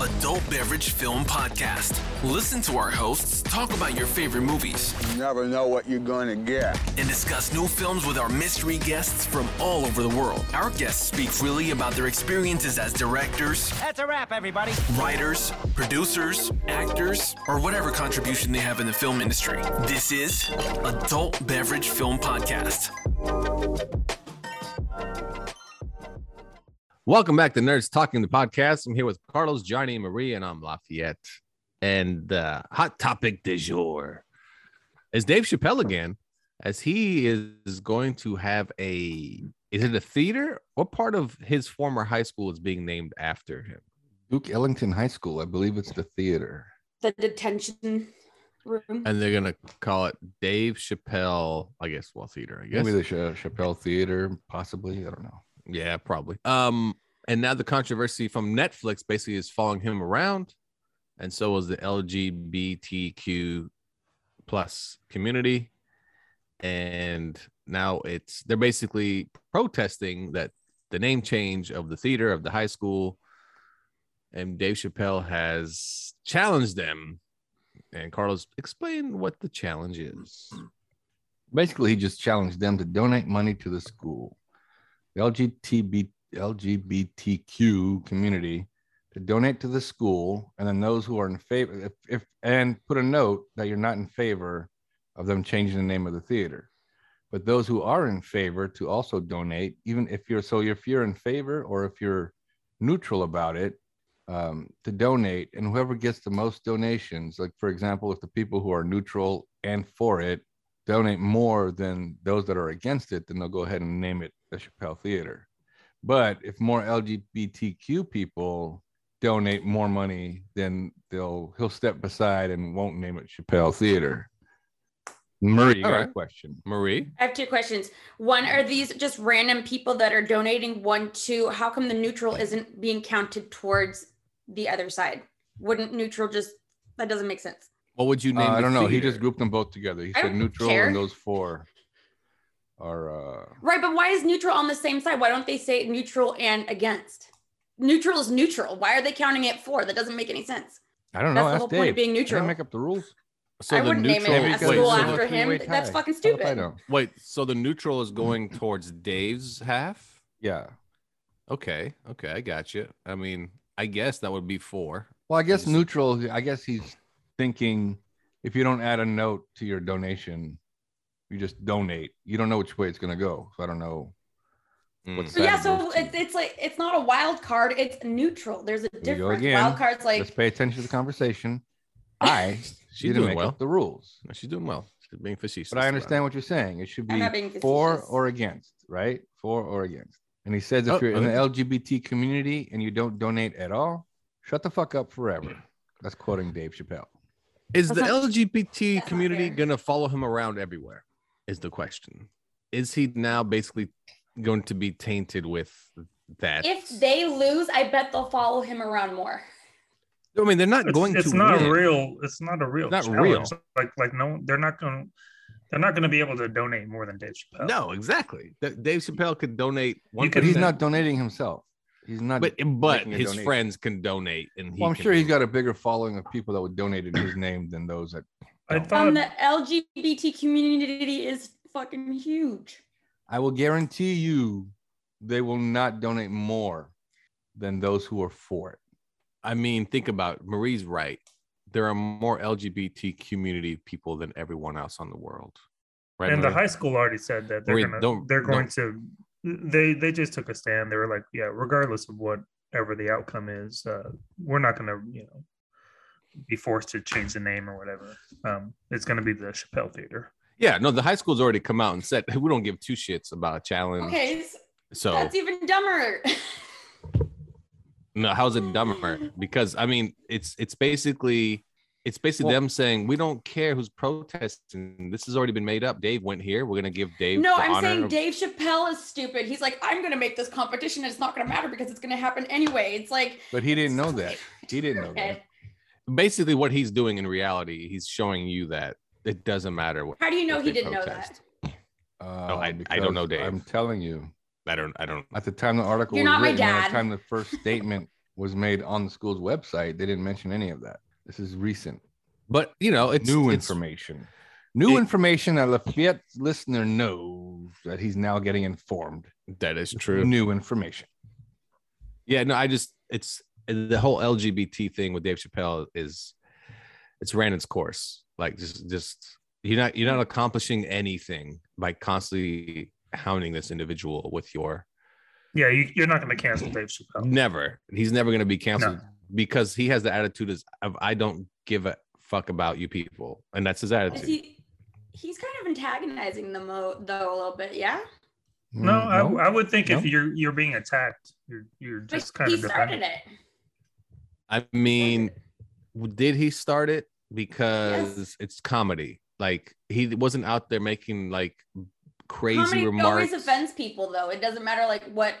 S2: Adult Beverage Film Podcast. Listen to our hosts talk about your favorite movies
S8: You never know what you're gonna get.
S2: and discuss new films with our mystery guests from all over the world. Our guests speak freely about their experiences as directors,
S9: That's a wrap, everybody.
S2: writers, producers, actors, or whatever contribution they have in the film industry. This is Adult Beverage Film Podcast.
S3: Welcome back to Nerds Talking the Podcast. I'm here with Carlos, Johnny, and Marie, and I'm Lafayette. And uh, hot topic du jour is Dave Chappelle again, as he is going to have a is it a theater? What part of his former high school is being named after him?
S5: Duke Ellington High School. I believe it's the theater.
S6: The detention room.
S3: And they're gonna call it Dave Chappelle, I guess, well, theater, I guess.
S5: Maybe the Cha- Chappelle Theater, possibly. I don't know.
S3: Yeah, probably. Um, and now the controversy from Netflix basically is following him around, and so is the LGBTQ plus community. And now it's they're basically protesting that the name change of the theater of the high school, and Dave Chappelle has challenged them. And Carlos, explain what the challenge is.
S5: Basically, he just challenged them to donate money to the school, the LGBT, LGBTQ community, to donate to the school, and then those who are in favor, if, if and put a note that you're not in favor of them changing the name of the theater. But those who are in favor to also donate, even if you're so if you're in favor or if you're neutral about it, um, to donate, and whoever gets the most donations, like for example, if the people who are neutral and for it donate more than those that are against it, then they'll go ahead and name it the Chappelle Theater. But if more LGBTQ people donate more money, then they'll he'll step aside and won't name it Chappelle Theater. Marie, you got a
S3: Alright.
S5: question.
S3: Marie,
S6: I have two questions. One, are these just random people that are donating? One, two, how come the neutral isn't being counted towards the other side? Wouldn't neutral just that doesn't make sense?
S3: what would you
S5: Uh,
S3: name?
S5: I
S3: the
S5: don't know. He just
S3: theater?
S5: grouped them both together. He
S6: I
S5: said
S6: don't
S5: neutral
S6: care.
S5: and those four are uh
S6: Right, but why is neutral on the same side? Why don't they say neutral and against? Neutral is neutral. Why are they counting it for? That doesn't make any sense.
S5: I don't
S6: That's
S5: know.
S6: the
S5: Ask
S6: whole
S5: Dave.
S6: point of being
S5: Can I
S6: neutral.
S5: make up the rules?
S3: So
S6: I
S3: the
S6: wouldn't name it
S3: neutral-
S6: a
S5: because
S6: school
S3: so the-
S5: it's a
S6: after him.
S5: three-way
S6: That's
S5: tie.
S6: fucking
S5: How if I
S6: stupid.
S5: know.
S3: Wait, so the neutral
S5: Mm-hmm.
S3: is going towards Dave's half?
S5: Yeah.
S3: Okay, okay, I got you. I mean, I guess that would be four.
S5: Well, I guess
S3: Just-
S5: neutral. I guess he's thinking if you don't add a note to your donation, you just donate. You don't know which way it's gonna go. So I don't know. What's-
S3: What's
S6: So
S5: Side
S6: yeah,
S5: of
S6: so
S5: those two.
S6: it's, it's like it's not a wild card. It's neutral. There's a
S5: Here we go
S6: difference.
S5: again.
S6: Wild cards like
S5: Let's pay attention to the conversation.
S6: (laughs)
S5: I
S3: she's
S5: didn't
S3: doing
S5: make
S3: well.
S5: up the rules,
S3: No, she's doing well. She's being facetious.
S5: but I
S3: about it.
S5: understand what you're saying. It should
S6: I'm
S5: be
S6: not being
S5: for
S6: facetious.
S5: or against, right? For or against. And he says if
S3: Oh,
S5: you're in the
S3: okay.
S5: LGBT community and you don't donate at all, shut the fuck up forever. That's quoting Dave Chappelle.
S3: Is
S6: That's
S3: the
S6: not-
S3: LGBT
S6: that's not
S3: community
S6: fair.
S3: gonna follow him around everywhere? Is the question. Is he now basically going to be tainted with that?
S6: if they lose, I bet they'll follow him around more.
S3: I mean, they're not
S4: It's,
S3: going
S4: it's
S3: to.
S4: not
S3: win.
S4: a real. It's not a real.
S3: Not
S4: challenge. Like like no, they're not going. to They're not going to be able to donate more than Dave Chappelle.
S3: No, exactly. Th- Dave Chappelle could donate one.
S4: could-
S5: But he's not donating himself. He's not.
S3: But but
S5: making a
S3: his
S5: donation.
S3: friends can donate, and he
S5: Well, I'm
S3: can
S5: sure he's got a bigger following of people that would donate in his name than those that.
S4: I
S5: don't.
S4: thought
S6: Um, the LGBT community is fucking huge.
S5: I will guarantee you, they will not donate more than those who are for it.
S3: I mean, think about it. Marie's right. There are more LGBT community people than everyone else on the world. Right.
S4: and the
S3: Marie?
S4: high school already said that they're
S3: Marie,
S4: gonna,
S3: don't-
S4: they're going to they they just took a stand. They were like, yeah, regardless of whatever the outcome is, uh, we're not going to you know be forced to change the name or whatever. Um, it's going to be the Chappelle Theater.
S3: yeah, no, the high school's already come out and said (laughs) we don't give two shits about a challenge.
S6: Okay, so
S3: So
S6: that's even dumber. (laughs)
S3: no, how's it dumber? Because I mean, it's it's basically it's basically
S5: Well-
S3: them saying we don't care who's protesting. This has already been made up. Dave went here. We're gonna give Dave.
S6: No,
S3: the
S6: I'm
S3: honor
S6: saying
S3: of-
S6: Dave Chappelle is stupid. He's like, I'm gonna make this competition, and it's not gonna matter because it's gonna happen anyway. It's like
S5: But he didn't know
S6: (laughs)
S5: that. He didn't know that.
S6: okay.
S3: Basically, what he's doing in reality, he's showing you that it doesn't matter what.
S6: How do you know
S3: if
S6: he
S3: they
S6: didn't know
S3: protest.
S6: that?
S5: Uh,
S3: I- I don't know,
S5: because I'm telling you,
S3: I don't. I don't.
S5: At the time the article
S6: You're
S5: was
S6: not my
S5: written, and at
S6: dad.
S5: the time the
S6: (laughs)
S5: first statement was made on the school's website, they didn't mention any of that. This is recent,
S3: But you know, it's
S5: new
S3: it's-
S5: information. New
S3: it-
S5: information that Lafayette's listener knows that he's now getting informed.
S3: That is true.
S5: New information.
S3: Mm-hmm. Yeah, no, I just it's the whole LGBT thing with Dave Chappelle is it's ran its course. Like just just you're not you're not accomplishing anything by constantly hounding this individual with your
S4: Yeah, you, you're not going to cancel Dave Chappelle.
S3: never. He's never gonna be canceled
S4: No.
S3: because he has the attitude is of I don't give a fuck about you people, and that's his
S6: Is
S3: attitude.
S6: he, he's kind of antagonizing them mo- though a little bit, yeah.
S3: Mm,
S4: No, I, I would think if
S5: No.
S4: you're you're being attacked, you're you're
S6: But
S4: just kind
S6: he
S4: of
S6: started
S4: defending.
S6: it.
S3: I mean, did he start it? Because it's comedy. Like he wasn't out there making like crazy
S6: Comedy oh,
S3: remarks.
S6: always offends people though. It doesn't matter like what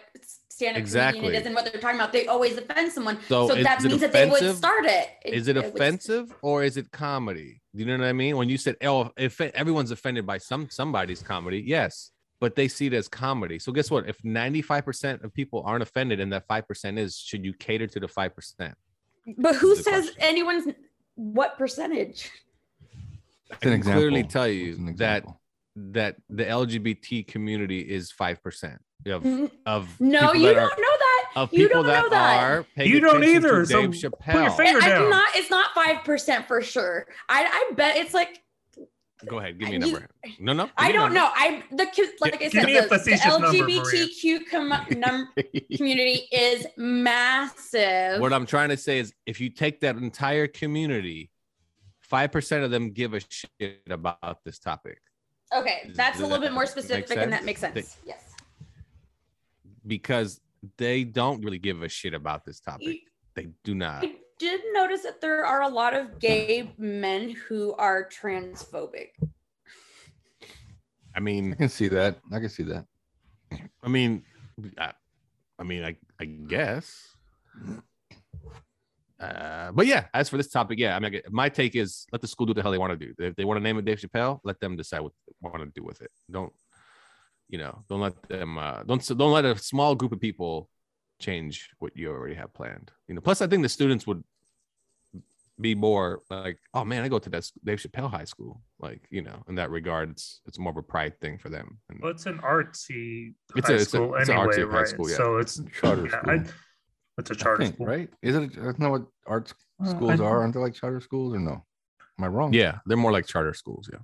S6: stand-up comedian
S3: Exactly.
S6: it is and what they're talking about. They always offend someone.
S3: So
S6: So,
S3: is
S6: that
S3: it
S6: means that they would
S3: offensive?
S6: start it. It-
S3: is it
S6: would-
S3: offensive or is it comedy? You know what I mean? When you said, "Oh, if everyone's offended by some somebody's comedy," yes, but they see it as comedy. So guess what? If ninety-five percent of people aren't offended, and that five percent is, should you cater to the five percent?
S6: But who
S3: Good
S6: says
S3: question.
S6: anyone's what percentage?
S5: I
S3: can clearly tell you that- That the LGBT community is five percent of
S6: N-
S3: of
S6: (laughs) Mm. No,
S3: people
S6: you
S3: that
S6: don't
S3: are-
S6: know that.
S3: of
S6: you
S3: people
S6: don't
S3: that,
S6: know that.
S3: are paying
S4: You don't
S3: attention
S4: either,
S3: to
S4: so
S3: Dave
S4: put
S3: Chappelle.
S4: your finger-
S6: I,
S4: down.
S6: I'm not. It's not five percent for sure. I, I bet it's like
S3: Go ahead, give me a
S6: You-
S3: number. No, no, give
S6: I
S3: me a number.
S6: don't know. I the co- like I
S4: Give
S6: said,
S4: me a
S6: the, the
S4: facetious number,
S6: LGBTQ com-
S4: (laughs)
S6: num- community is massive.
S3: What I'm trying to say is, if you take that entire community, five percent of them give a shit about this topic
S6: okay,
S3: Does
S6: that's a
S3: that
S6: little bit more
S3: make
S6: specific, and that makes
S3: sense?
S6: sense.
S3: They-
S6: yes.
S3: because they don't really give a shit about this topic. uh,
S6: You-
S3: They do not.
S6: I did notice that there are a lot of gay men who are transphobic.
S3: I
S5: I
S3: mean,
S5: can see that. I can see that.
S3: I mean, I, I mean, I, I guess. Uh, but yeah, as for this topic, yeah, I mean, I get- my take is let the school do what the hell they want to do. If they want to name it Dave Chappelle, let them decide what they want to do with it. Don't, you know, don't let them, uh, don't don't let a small group of people change what you already have planned. You know, plus I think the students would be more like, oh man, I go to that sc- Dave Chappelle high school. Like, you know, in that regard, it's it's more of a pride thing for them. And-
S4: Well, it's an artsy
S3: It's
S4: high
S3: a- it's a-
S4: school
S3: it's an
S4: anyway,
S3: artsy high
S4: right?
S3: school, yeah.
S4: So it's
S5: Charter
S4: yeah,
S5: school.
S4: I- it's a
S5: I
S4: charter
S5: think,
S4: school,
S5: right? Is it? That's not what art
S4: Uh,
S5: schools
S4: I-
S5: are. Aren't they like charter schools or no? Am I wrong?
S3: yeah, they're more like charter schools. Yeah.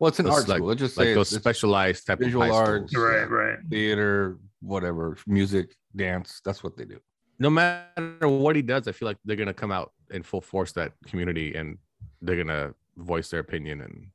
S5: Well, it's an
S3: It's
S5: art
S3: like-
S5: school. Let's just say
S3: like those
S5: it's, it's
S3: specialized type
S5: visual
S3: of high
S5: arts.
S3: schools.
S4: Right, right.
S5: theater, whatever, music, dance. That's what they do.
S3: No matter what he does, I feel like they're gonna come out in full force that community, and they're gonna voice their opinion and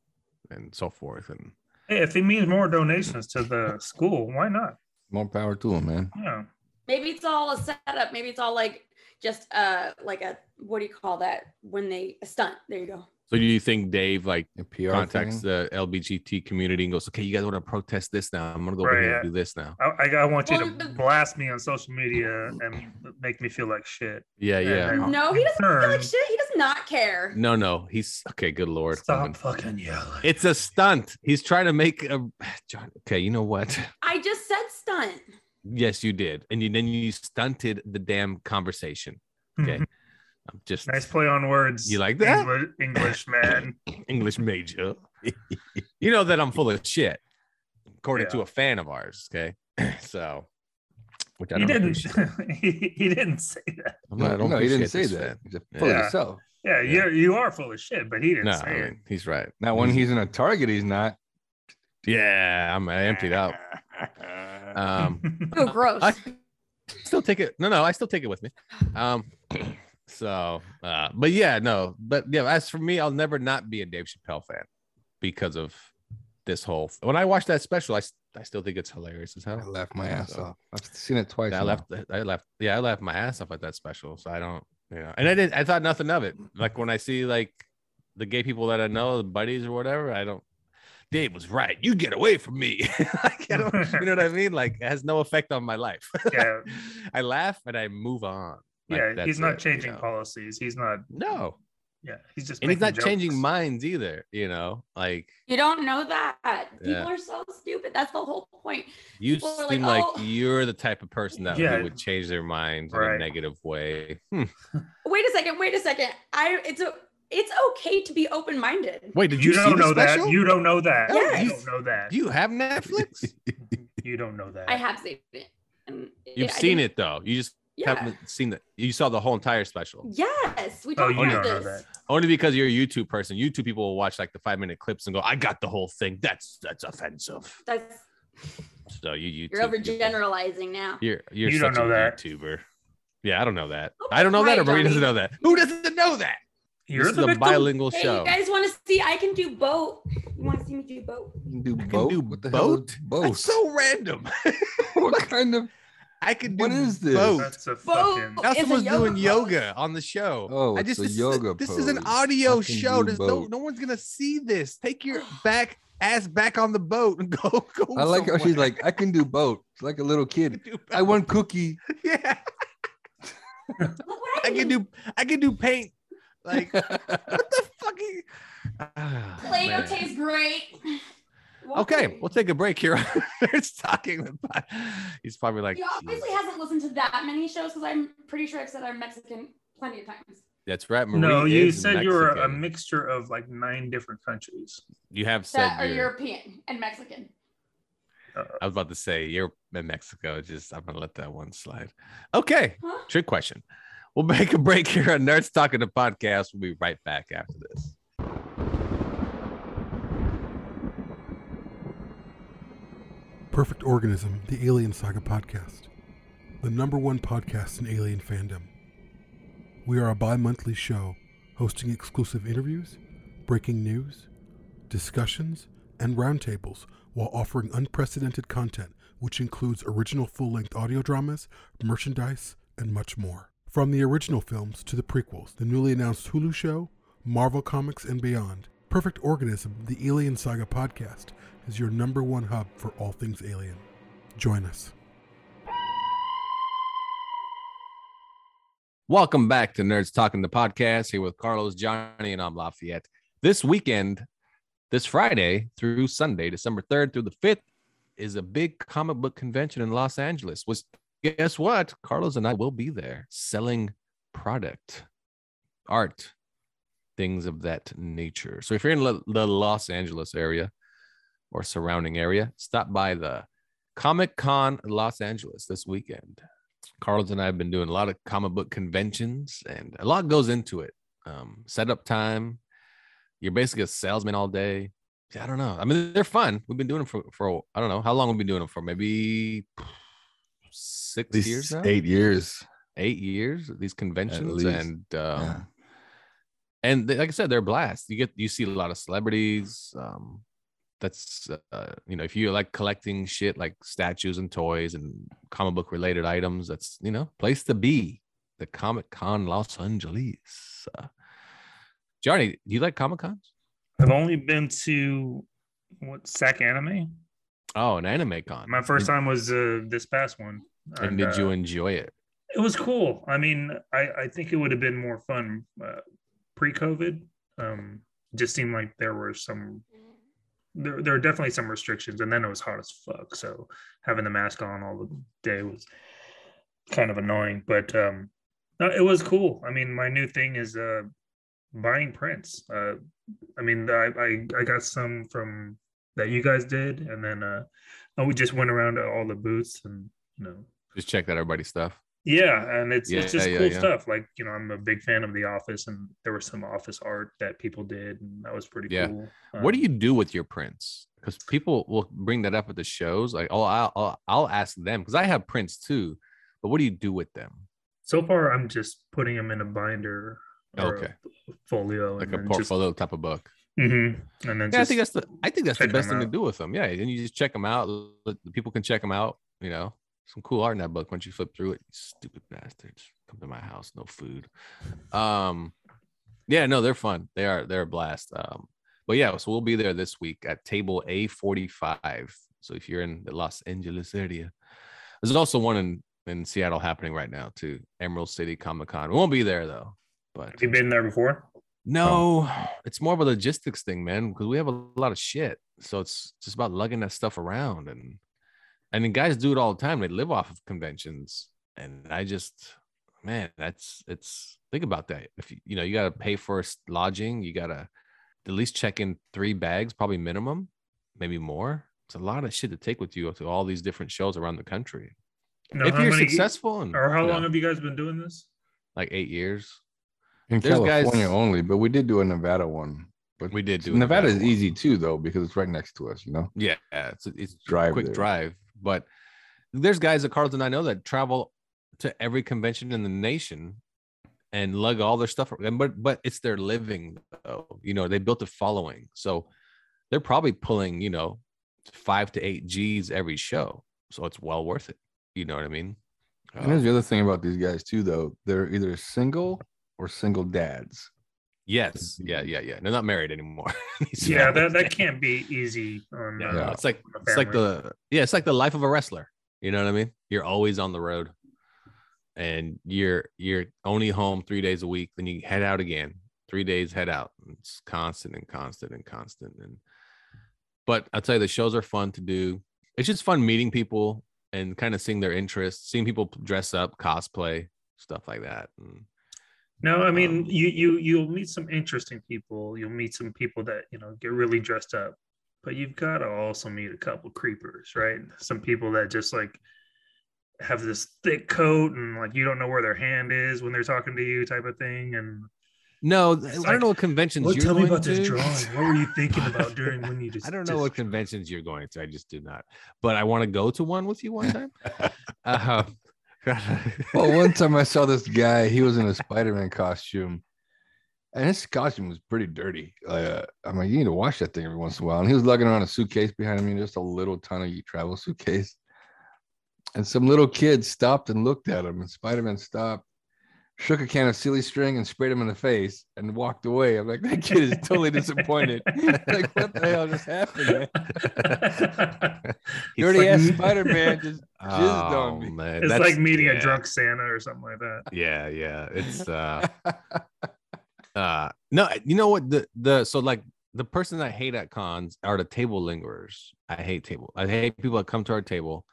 S3: and so forth. And
S4: Hey, if it means more donations to the school, why not?
S5: More power to them, man.
S4: Yeah.
S6: Maybe it's all a setup. Maybe it's all like just uh like a what do you call that when they a stunt? There you go.
S3: so, do you think Dave like
S5: A PR
S3: contacts
S5: thing.
S3: the LGBT community and goes, "Okay, you guys want to protest this now? I'm gonna go over
S4: Right,
S3: here
S4: yeah.
S3: and do this now."
S4: I, I, I want you
S6: Well,
S4: to
S6: the-
S4: blast me on social media and make me feel like shit.
S3: Yeah, yeah.
S4: Yeah.
S6: No, he doesn't feel
S4: Turn.
S6: like shit. He does not care.
S3: No, no, he's okay. Good lord,
S4: Stop
S3: woman.
S4: fucking yelling.
S3: It's a stunt. He's trying to make a (sighs) John. Okay, you know what? (laughs)
S6: I just said stunt.
S3: Yes, you did, and you, then you stunted the damn conversation. Okay,
S4: Mhm.
S3: I'm just
S4: (laughs) Nice play on words.
S3: You like that?
S4: Engli- English
S3: (laughs)
S4: man.
S3: English
S5: (laughs)
S3: major. you know that I'm full of shit, according to
S4: Yeah.
S3: a fan of ours. Okay, (clears throat) so which I
S4: He
S3: don't
S4: didn't. (laughs)
S3: appreciate.
S4: he, he didn't say that.
S3: I'm not-
S5: No,
S3: I don't
S5: no, he didn't say
S3: uh, appreciate this
S5: that.
S3: fan.
S5: He's a full of
S4: Yeah.
S5: himself.
S4: Yeah,
S3: Yeah.
S4: you're you are full of shit, but he didn't
S3: No,
S4: say
S3: I
S4: it.
S3: mean, he's right.
S5: Now, when he's in a target, he's not.
S3: yeah, I'm I emptied (laughs) out.
S5: (laughs)
S3: Um,
S4: (laughs)
S6: Oh, gross.
S3: I still take it. No, no, I still take it with me. Um, (clears throat) so, uh, but yeah, no, but yeah. As for me, I'll never not be a Dave Chappelle fan because of this whole. When I watched that special, I s- I still think it's hilarious as
S5: I
S3: hell.
S5: laughed my ass
S3: So-
S5: off. I've seen it twice.
S3: I
S5: now.
S3: left. I left. Yeah, I left my ass off at that special. So I don't. You know, and I didn't. I thought nothing of it. Like when I see like the gay people that I know, the buddies or whatever, I don't. Dave was right. You get away from me. (laughs) like, I don't, you know what I mean? Like it has no effect on my life. (laughs)
S4: Yeah.
S3: I laugh and I move on. Like,
S4: yeah,
S3: that's
S4: he's not
S3: it, you
S4: changing
S3: know?
S4: policies. He's not.
S3: No,
S4: Yeah, he's just
S3: and he's not
S4: making
S3: changing
S4: jokes.
S3: minds either. You know, like
S6: You don't know that. People
S3: Yeah.
S6: are so stupid. That's the whole point.
S3: you
S6: People are like,
S3: seem like,
S6: "Oh."
S3: you're the type of person that
S4: Yeah.
S3: would change their mind in a
S4: Right.
S3: negative way. Hmm.
S6: Wait a second. Wait a second. I it's a, it's okay to be open minded.
S3: Wait, did
S4: You,
S3: you, see the
S4: don't know
S3: special?
S4: that. You don't know that.
S6: No,
S4: You
S6: you-
S4: don't know that.
S3: Do you have Netflix?
S4: You don't know that.
S6: I have seen it. And
S3: You've
S6: I
S3: seen
S6: didn't-
S3: it though. You just
S6: Yeah. Mm.
S3: haven't seen it. You saw the whole entire special
S6: Yes, we
S4: Oh,
S6: talked
S4: you
S6: about
S4: don't know
S6: this.
S4: that.
S3: only because you're a YouTube person. YouTube people will watch like the five minute clips and go, "I got the whole thing." That's that's offensive.
S6: That's
S3: So you YouTube
S6: you're
S3: people.
S6: overgeneralizing now.
S3: You're you're
S4: You
S3: such
S4: don't know
S3: a
S4: that.
S3: YouTuber. Yeah, I don't know that.
S6: Oh,
S3: I don't know that, or
S6: right,
S3: Marie doesn't
S6: Johnny.
S3: know that. Who doesn't know that?
S4: You're
S3: this
S4: the
S3: is a
S4: victim.
S3: bilingual
S6: Hey,
S3: show.
S6: you guys want to see? I can do both. You want to see me do both?
S5: You can do
S3: I can
S5: boat.
S3: do
S5: what the hell is
S3: boat?
S5: (laughs) boat?
S3: That's (laughs) so random.
S5: what kind of?
S3: I could do
S5: What is this?
S3: both.
S4: That's a fucking.
S6: Both.
S3: Now
S6: It's a
S3: someone's doing
S6: yoga pose.
S3: yoga on the show.
S5: Oh,
S3: I
S5: it's
S3: just
S5: a
S3: this, is-
S5: yoga
S3: this is an
S5: pose. I
S3: audio
S5: can
S3: show.
S5: do
S3: There's no,
S5: both.
S3: no one's gonna see this. Take (sighs) your back ass back on the boat and (laughs) go. go
S5: I like how she's
S3: somewhere. (laughs)
S5: like, I can do boat. It's like a little
S3: I
S5: kid.
S3: can do
S5: I want cookie.
S3: both. (laughs) yeah.
S6: Look what
S3: I can do I can do paint. (laughs) Like what the (sighs) fucking Ah,
S6: Play-Doh
S3: man.
S6: tastes great.
S3: Okay,
S6: Why?
S3: we'll take a break here. (laughs) There's talking. about- He's probably like,
S6: he obviously
S3: "Jeez."
S6: hasn't listened to that many shows because I'm pretty sure I've said I'm Mexican plenty of times.
S3: that's right. Marie
S4: No, you
S3: is
S4: said you were a
S3: Mexican.
S4: mixture of like nine different countries.
S3: You have
S6: That are
S3: said. You're,
S6: European and Mexican.
S3: I was about to say you're in Mexico. Just I'm gonna let that one slide. Okay,
S6: Huh?
S3: trick question. We'll (laughs) make a break here on Nerds Talking the podcast. We'll be right back after this.
S9: Perfect Organism, the Alien Saga podcast, the number one podcast in alien fandom. We are a bi monthly show hosting exclusive interviews, breaking news, discussions, and roundtables while offering unprecedented content, which includes original full length audio dramas, merchandise, and much more. From the original films to the prequels, the newly announced Hulu show, Marvel Comics, and beyond, Perfect Organism, the Alien Saga podcast, is your number one hub for all things alien. Join us.
S3: Welcome back to Nerds Talking the podcast. Here with Carlos, Johnny, and I'm Lafayette. This weekend, this Friday through Sunday, December 3rd through the 5th, is a big comic book convention in Los Angeles. Was guess what? Carlos and I will be there selling product, art, things of that nature. So if you're in the the Los Angeles area or surrounding area, stop by the Comic Con Los Angeles this weekend. Carlos and I have been doing a lot of comic book conventions, and a lot goes into it. Um, setup time. You're basically a salesman all day. I don't know. I mean, they're fun. We've been doing them for, for I don't know how long we've been doing them for. Maybe six
S5: These
S3: years now
S5: eight years.
S3: eight years at these conventions
S5: least.
S3: and um
S5: Yeah.
S3: and they, like i said they're blasts you get you see a lot of celebrities um that's uh, you know if you like collecting shit like statues and toys and comic book related items that's you know place to be the comic con los angeles uh, johnny do you like comic cons
S4: I've only been to what SAC Anime.
S3: oh an anime con
S4: My first time was uh, this past one.
S3: and, and did
S4: uh,
S3: you enjoy it
S4: it was cool. I mean, I, I think it would have been more fun uh, pre-COVID. Um, it just seemed like there were some, there, there were definitely some restrictions, and then it was hot as fuck. So having the mask on all the day was kind of annoying, but um, no, it was cool. I mean, my new thing is uh, buying prints. Uh, I mean, I, I I got some from that you guys did, and then uh, I would just went around to all the booths and you know
S3: just check out everybody's stuff
S4: yeah, and it's it's
S3: Yeah,
S4: just
S3: yeah,
S4: cool
S3: yeah.
S4: stuff. Like you know, I'm a big fan of The Office, and there was some office art that people did, and that was pretty
S3: Yeah.
S4: cool.
S3: what do
S4: Um,
S3: you do with your prints? Because people will bring that up at the shows. Like, oh, I'll I'll, I'll ask them because I have prints too. But what do you do with them?
S4: So far, I'm just putting them in a binder, or
S3: Okay.
S4: a folio,
S3: Like
S4: and
S3: a
S4: then just-
S3: portfolio type of book.
S4: Mhm. and then
S3: Yeah, I
S4: just,
S3: think that's the I think that's the
S4: check
S3: best
S4: them
S3: thing to
S4: out.
S3: do with them. Yeah, and you just check them out. Let, the people can check them out. You know, some cool art in that book. Once you flip through it, you stupid bastards come to my house, no food. Um, yeah, no, they're fun. They are they're a blast. Um, but yeah, so we'll be there this week at table A forty five. So if you're in the Los Angeles area, there's also one in in Seattle happening right now too. Emerald City Comic Con. We won't be there though, but
S4: have you been there before?
S3: No, it's more of a logistics thing, man, because we have a lot of shit. So it's just about lugging that stuff around and and then guys do it all the time. They live off of conventions. And I just man, that's it's think about that. If you you know, you gotta pay for s- lodging, you gotta at least check in three bags, probably minimum, maybe more. It's a lot of shit to take with you to all these different shows around the country.
S4: Now,
S3: if
S4: how
S3: you're
S4: many- e-
S3: successful and
S4: or how
S3: you know,
S4: long have you guys been doing this?
S3: like eight years,
S5: in
S3: There's guys-
S5: California only, but we did do a Nevada one. But
S3: we did do a
S5: Nevada is
S3: one.
S5: easy too, though, because it's right next to us. You know,
S3: Yeah, it's it's
S5: drive
S3: quick
S5: there.
S3: drive. But there's guys at Carlton I know that travel to every convention in the nation and lug all their stuff. And but but it's their living though. You know, they built a following. So they're probably pulling, you know, five to eight G's every show. So it's well worth it. You know what I mean?
S5: And here's the other thing about these guys too, though. They're either single or single dads.
S3: Yes.
S5: Mm-hmm.
S3: Yeah, yeah, yeah. They're not married anymore. (laughs) These
S4: Yeah,
S3: families
S4: that, that
S3: can't-
S4: can't be easy on
S3: Yeah,
S4: uh,
S3: It's like
S4: a
S3: it's like
S4: family.
S3: the yeah, it's like the life of a wrestler. You know what I mean? You're always on the road, and you're you're only home three days a week. Then you head out again, three days head out. It's constant and constant and constant. And but I'll tell you, the shows are fun to do. It's just fun meeting people and kind of seeing their interests, seeing people dress up, cosplay, stuff like that. And
S4: No, I mean
S3: Um,
S4: you you you'll meet some interesting people. You'll meet some people that you know get really dressed up, but you've got to also meet a couple creepers, right? Some people that just like have this thick coat and like you don't know where their hand is when they're talking to you, type of thing. And
S3: no, I
S4: It's
S3: don't know
S4: like,
S3: what conventions
S4: well,
S3: you're
S4: tell me
S3: going
S4: about this
S3: to.
S4: drawing. What were you thinking about
S3: (laughs)
S4: during when you just?
S3: I don't know what conventions you're going to. I just do not. But I want to go to one with you one time. uh, (laughs)
S5: Well, (laughs) one time I saw this guy. He was in a Spider-Man costume, and his costume was pretty dirty. Uh, I'm like, you need to wash that thing every once in a while. And he was lugging around a suitcase behind me, just a little tiny travel suitcase. And some little kid stopped and looked at him, and Spider-Man stopped, shook a can of silly string, and sprayed him in the face, and walked away. I'm like, that kid is totally disappointed. (laughs) like, what the hell just happened? Man?
S4: what.
S5: You already asked
S3: (laughs)
S4: like-
S5: Spider-Man. Just jizzed on me.
S3: "Oh, man,
S4: (laughs) it's
S3: that's-
S4: like meeting
S3: yeah,
S4: a drunk Santa or something like that.
S3: Yeah, yeah.
S5: (laughs)
S3: It's uh uh no, you know what the the so like the person I hate at cons are the table lingerers. I hate table. I hate people that come to our table.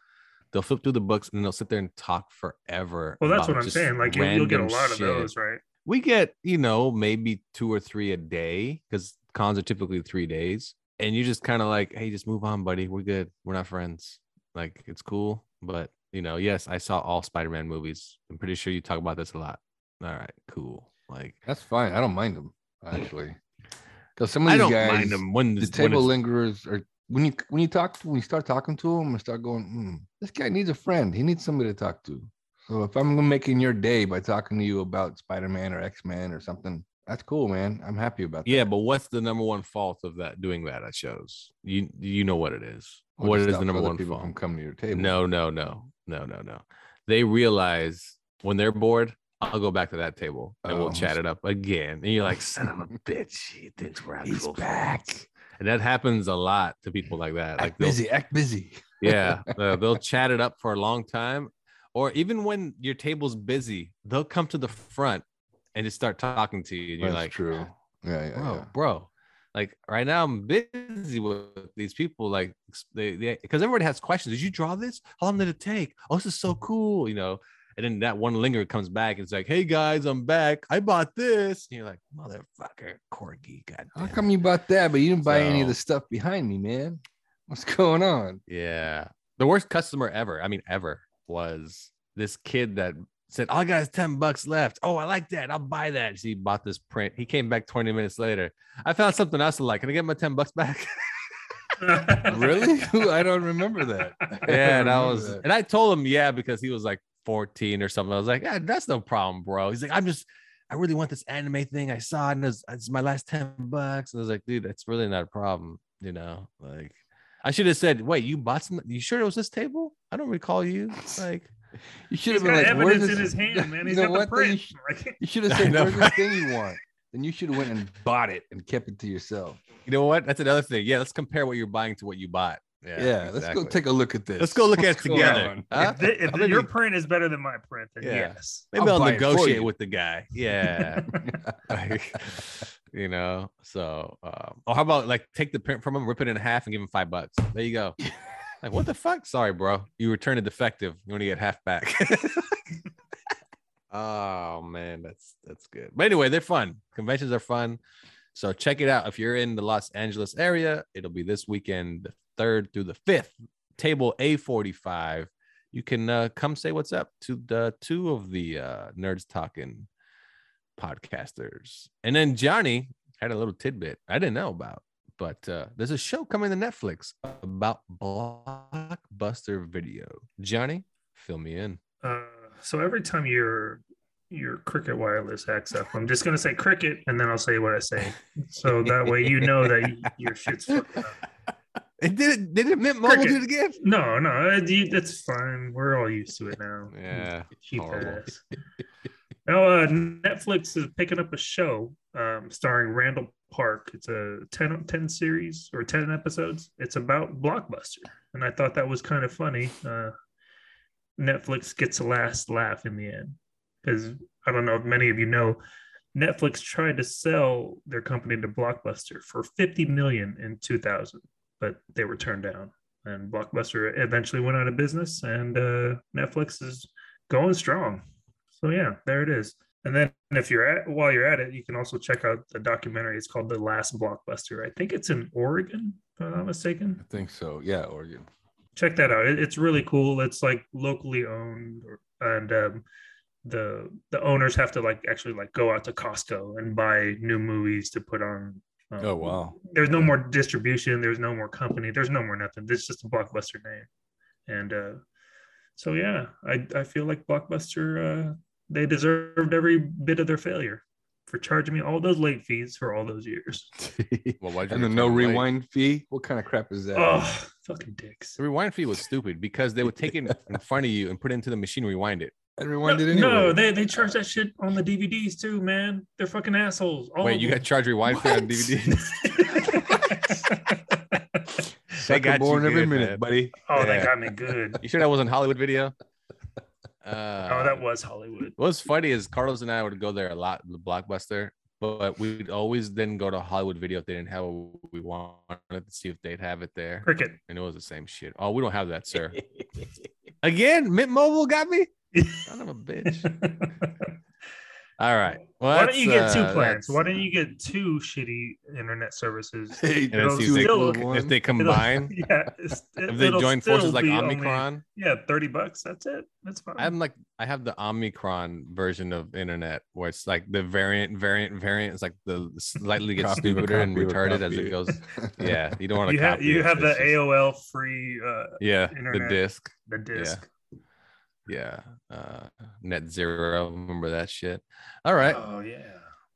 S3: They'll flip through the books and they'll sit there and talk forever.
S4: Well, that's
S3: about
S4: what I'm
S3: just
S4: saying. Like you, you'll get a
S3: random
S4: lot of
S3: shit.
S4: those, right?
S3: we get you know maybe two or three a day because cons are typically three days and you're just kind of like hey just move on buddy we're good we're not friends like it's cool but you know yes i saw all spider-man movies i'm pretty sure you talk about this a lot all right cool like
S5: That's fine. I don't mind them actually, because some of
S3: i
S5: these
S3: don't
S5: guys,
S3: mind them when
S5: the
S3: this- when
S5: table
S3: it's-
S5: lingerers are when you when you talk when you start talking to them and start going, hmm, this guy needs a friend. He needs somebody to talk to. So if I'm making your day by talking to you about Spider Man or X Men or something, that's cool, man. I'm happy about that.
S3: yeah but what's the number one fault of that doing that at shows you you know what it is
S5: Or
S3: what
S5: to
S3: is
S5: stop
S3: the number
S5: other
S3: one
S5: people
S3: fault
S5: from coming to your table?
S3: No, no, no, no, no, no. They realize when they're bored, I'll go back to that table and
S5: Oh.
S3: we'll chat it up again. And you're like, son of a
S5: (laughs)
S3: bitch, he thinks we're
S5: He's
S3: actual
S5: back.
S3: friends." And that happens a lot to people like that. Like
S5: act
S3: they'll,
S5: busy, act busy. (laughs)
S3: yeah, uh, they'll chat it up for a long time, or even when your table's busy, they'll come to the front and just start talking to you. And you're
S5: That's
S3: like,
S5: true. Yeah, yeah,
S3: bro,
S5: yeah.
S3: bro. Like right now, I'm busy with these people. Like ex- they, they, because everybody has questions. Did you draw this? How long did it take? Oh, this is so cool, you know. And then that one linger comes back and it's like, "Hey guys, I'm back. I bought this." And you're like, "Motherfucker, corgi,
S5: How
S3: goddamn."
S5: come you bought that, but you didn't buy any of
S3: So-
S5: the stuff behind me, man? What's going
S3: (laughs)
S5: on?
S3: Yeah. The worst customer ever, I mean, ever, was this kid that said, All I got is 10 bucks left. Oh, I like that. I'll buy that. So he bought this print. He came back 20 minutes later. I found something else to like. Can I get my 10 bucks back?
S4: (laughs)
S5: (laughs) Really? I don't remember that.
S3: (laughs) yeah. And I
S5: remember
S3: was,
S5: that.
S3: and I told him, Yeah, because he was like 14 or something. I was like, Yeah, that's no problem, bro. He's like, I'm just, I really want this anime thing. I saw it and it's, it's my last 10 bucks. And I was like, Dude, that's really not a problem. You know, like, I should have said, Wait, you bought some, you sure it was this table? I don't
S5: (laughs)
S3: recall you. Like,
S5: You should
S4: He's
S5: have been
S4: got
S5: like,
S4: evidence
S5: "Where's
S4: in
S5: this-
S3: (laughs)
S4: his
S5: (laughs)
S4: hand, man.
S5: you
S4: He's
S5: know what?
S4: got the
S5: Then you
S4: print.
S5: sh-
S4: (laughs) Like,
S5: You should have
S3: I
S5: said,
S3: know,
S5: "Where's
S3: right?
S5: this thing you want?" Then you should have went and bought it and kept it to yourself.
S3: You know what? That's another thing. Yeah, let's compare what you're buying to what you bought. Yeah,
S5: Yeah, let's go
S3: exactly.
S5: take a look at this.
S3: Let's go look at it
S5: What's going
S3: together. Uh,
S5: on?
S3: huh?
S4: if thi- if
S3: Maybe-
S4: your print is better than my print, then
S3: Yeah.
S4: yes.
S3: Maybe
S5: I'll
S3: I'll,
S5: buy it for
S3: negotiate
S5: you.
S3: with the guy. Yeah. Like, you know. So, um, oh, how about like take the print from him, rip it in half, and give him five bucks? There you go. Like, what the fuck? Sorry, bro. You returned a defective. You only get half back. (laughs) oh man, that's that's good. But anyway, they're fun. Conventions are fun. So check it out. If you're in the Los Angeles area, it'll be this weekend, the third through the fifth, table A45. You can uh, come say what's up to the two of the uh, nerds talking podcasters. And then Johnny had a little tidbit I didn't know about, but uh, there's a show coming to Netflix about blockbuster video. Johnny, fill me in.
S4: Uh, so every time your your cricket wireless hacks up, I'm just gonna say cricket, and then I'll say what I say, so that way you know that you, your shit's
S3: (laughs)
S4: fucked up.
S3: It did it. Did it Mint Mobile do it again?
S4: No, no, it- you- that's fine. We're all used to it now.
S3: Yeah,
S4: cheap
S3: horrible.
S4: ass. Now, uh, Netflix is picking up a show um, starring Randall Park. It's a 10, 10 series or 10 episodes. It's about Blockbuster. And I thought that was kind of funny. Uh, Netflix gets a last laugh in the end. Because I don't know if many of you know, Netflix tried to sell their company to Blockbuster for 50 million in 2000, but they were turned down. And Blockbuster eventually went out of business, and uh, Netflix is going strong. So yeah, there it is. And then if you're at while you're at it, you can also check out the documentary. It's called The Last Blockbuster. I think it's in Oregon, if I'm not mistaken.
S5: I think so. Yeah, Oregon.
S4: Check that out. It- it's really cool. It's like locally owned, and um, the the owners have to like actually like go out to Costco and buy new movies to put on. um,
S5: Oh wow.
S4: There's no more distribution. There's no more company. There's no more nothing. It's just a blockbuster name, and uh, so yeah, I I feel like blockbuster uh, they deserved every bit of their failure for charging me all those late fees for all those years.
S5: (laughs)
S3: Well, why'd you
S5: and the
S3: return
S5: no
S3: it late?
S5: rewind fee. What kind of crap is that?
S4: Oh, fucking dicks.
S3: The rewind fee was stupid because they would take it
S5: (laughs)
S3: in front of you and put it into the machine, rewind it.
S5: and
S4: No,
S5: rewind it anyway.
S4: no, they they charge that shit on the DVDs too, man. They're fucking assholes. all
S3: Wait,
S4: of
S3: you
S4: them.
S3: got charged rewind fee on
S5: Oh What? (laughs)
S3: DVD?
S5: Sucker
S3: got you
S5: born every
S3: good,
S5: minute,
S3: man.
S5: buddy.
S4: (laughs) oh,
S3: Yeah.
S4: that got me
S3: (laughs)
S4: good.
S3: You sure that wasn't Hollywood
S4: (laughs)
S3: video? Uh,
S4: Oh, that was Hollywood.
S3: What's funny is Carlos and I would go there a lot, the Blockbuster, but we'd always then go to Hollywood Video if they didn't have what we wanted to see if they'd have it there.
S4: Cricket. (laughs)
S3: And it was the same shit. Oh, we don't have that,
S5: (laughs)
S3: sir. Again, Mint Mobile got me? Son of a bitch.
S4: (laughs)
S3: All right. Well,
S4: Why don't you get
S3: that's,
S4: two
S3: uh, that's-
S4: plans? Why don't you get two shitty internet services?
S5: Hey,
S3: And it
S4: It'll
S3: seems like
S4: still-
S3: if they
S4: It'll-
S3: combine,
S4: (laughs) yeah, it's- it-
S3: if they
S4: it'll
S3: join
S4: still
S3: forces like
S4: be only-
S3: Omicron,
S4: yeah, thirty bucks. That's it. That's fine.
S3: I'm like I have the Omicron version of internet where it's like the variant, variant, variant. It's like the slightly gets
S5: Copy,
S3: stupider and
S5: copy,
S3: retarded as it
S5: copy. (laughs)
S3: goes. Yeah, you don't want to.
S4: you have you have the AOL free uh,
S3: Yeah, the
S4: internet.
S3: disc.
S4: the disc.
S3: Yeah, uh, net zero. Remember that shit. All right,
S5: Uh-huh.
S4: Oh yeah.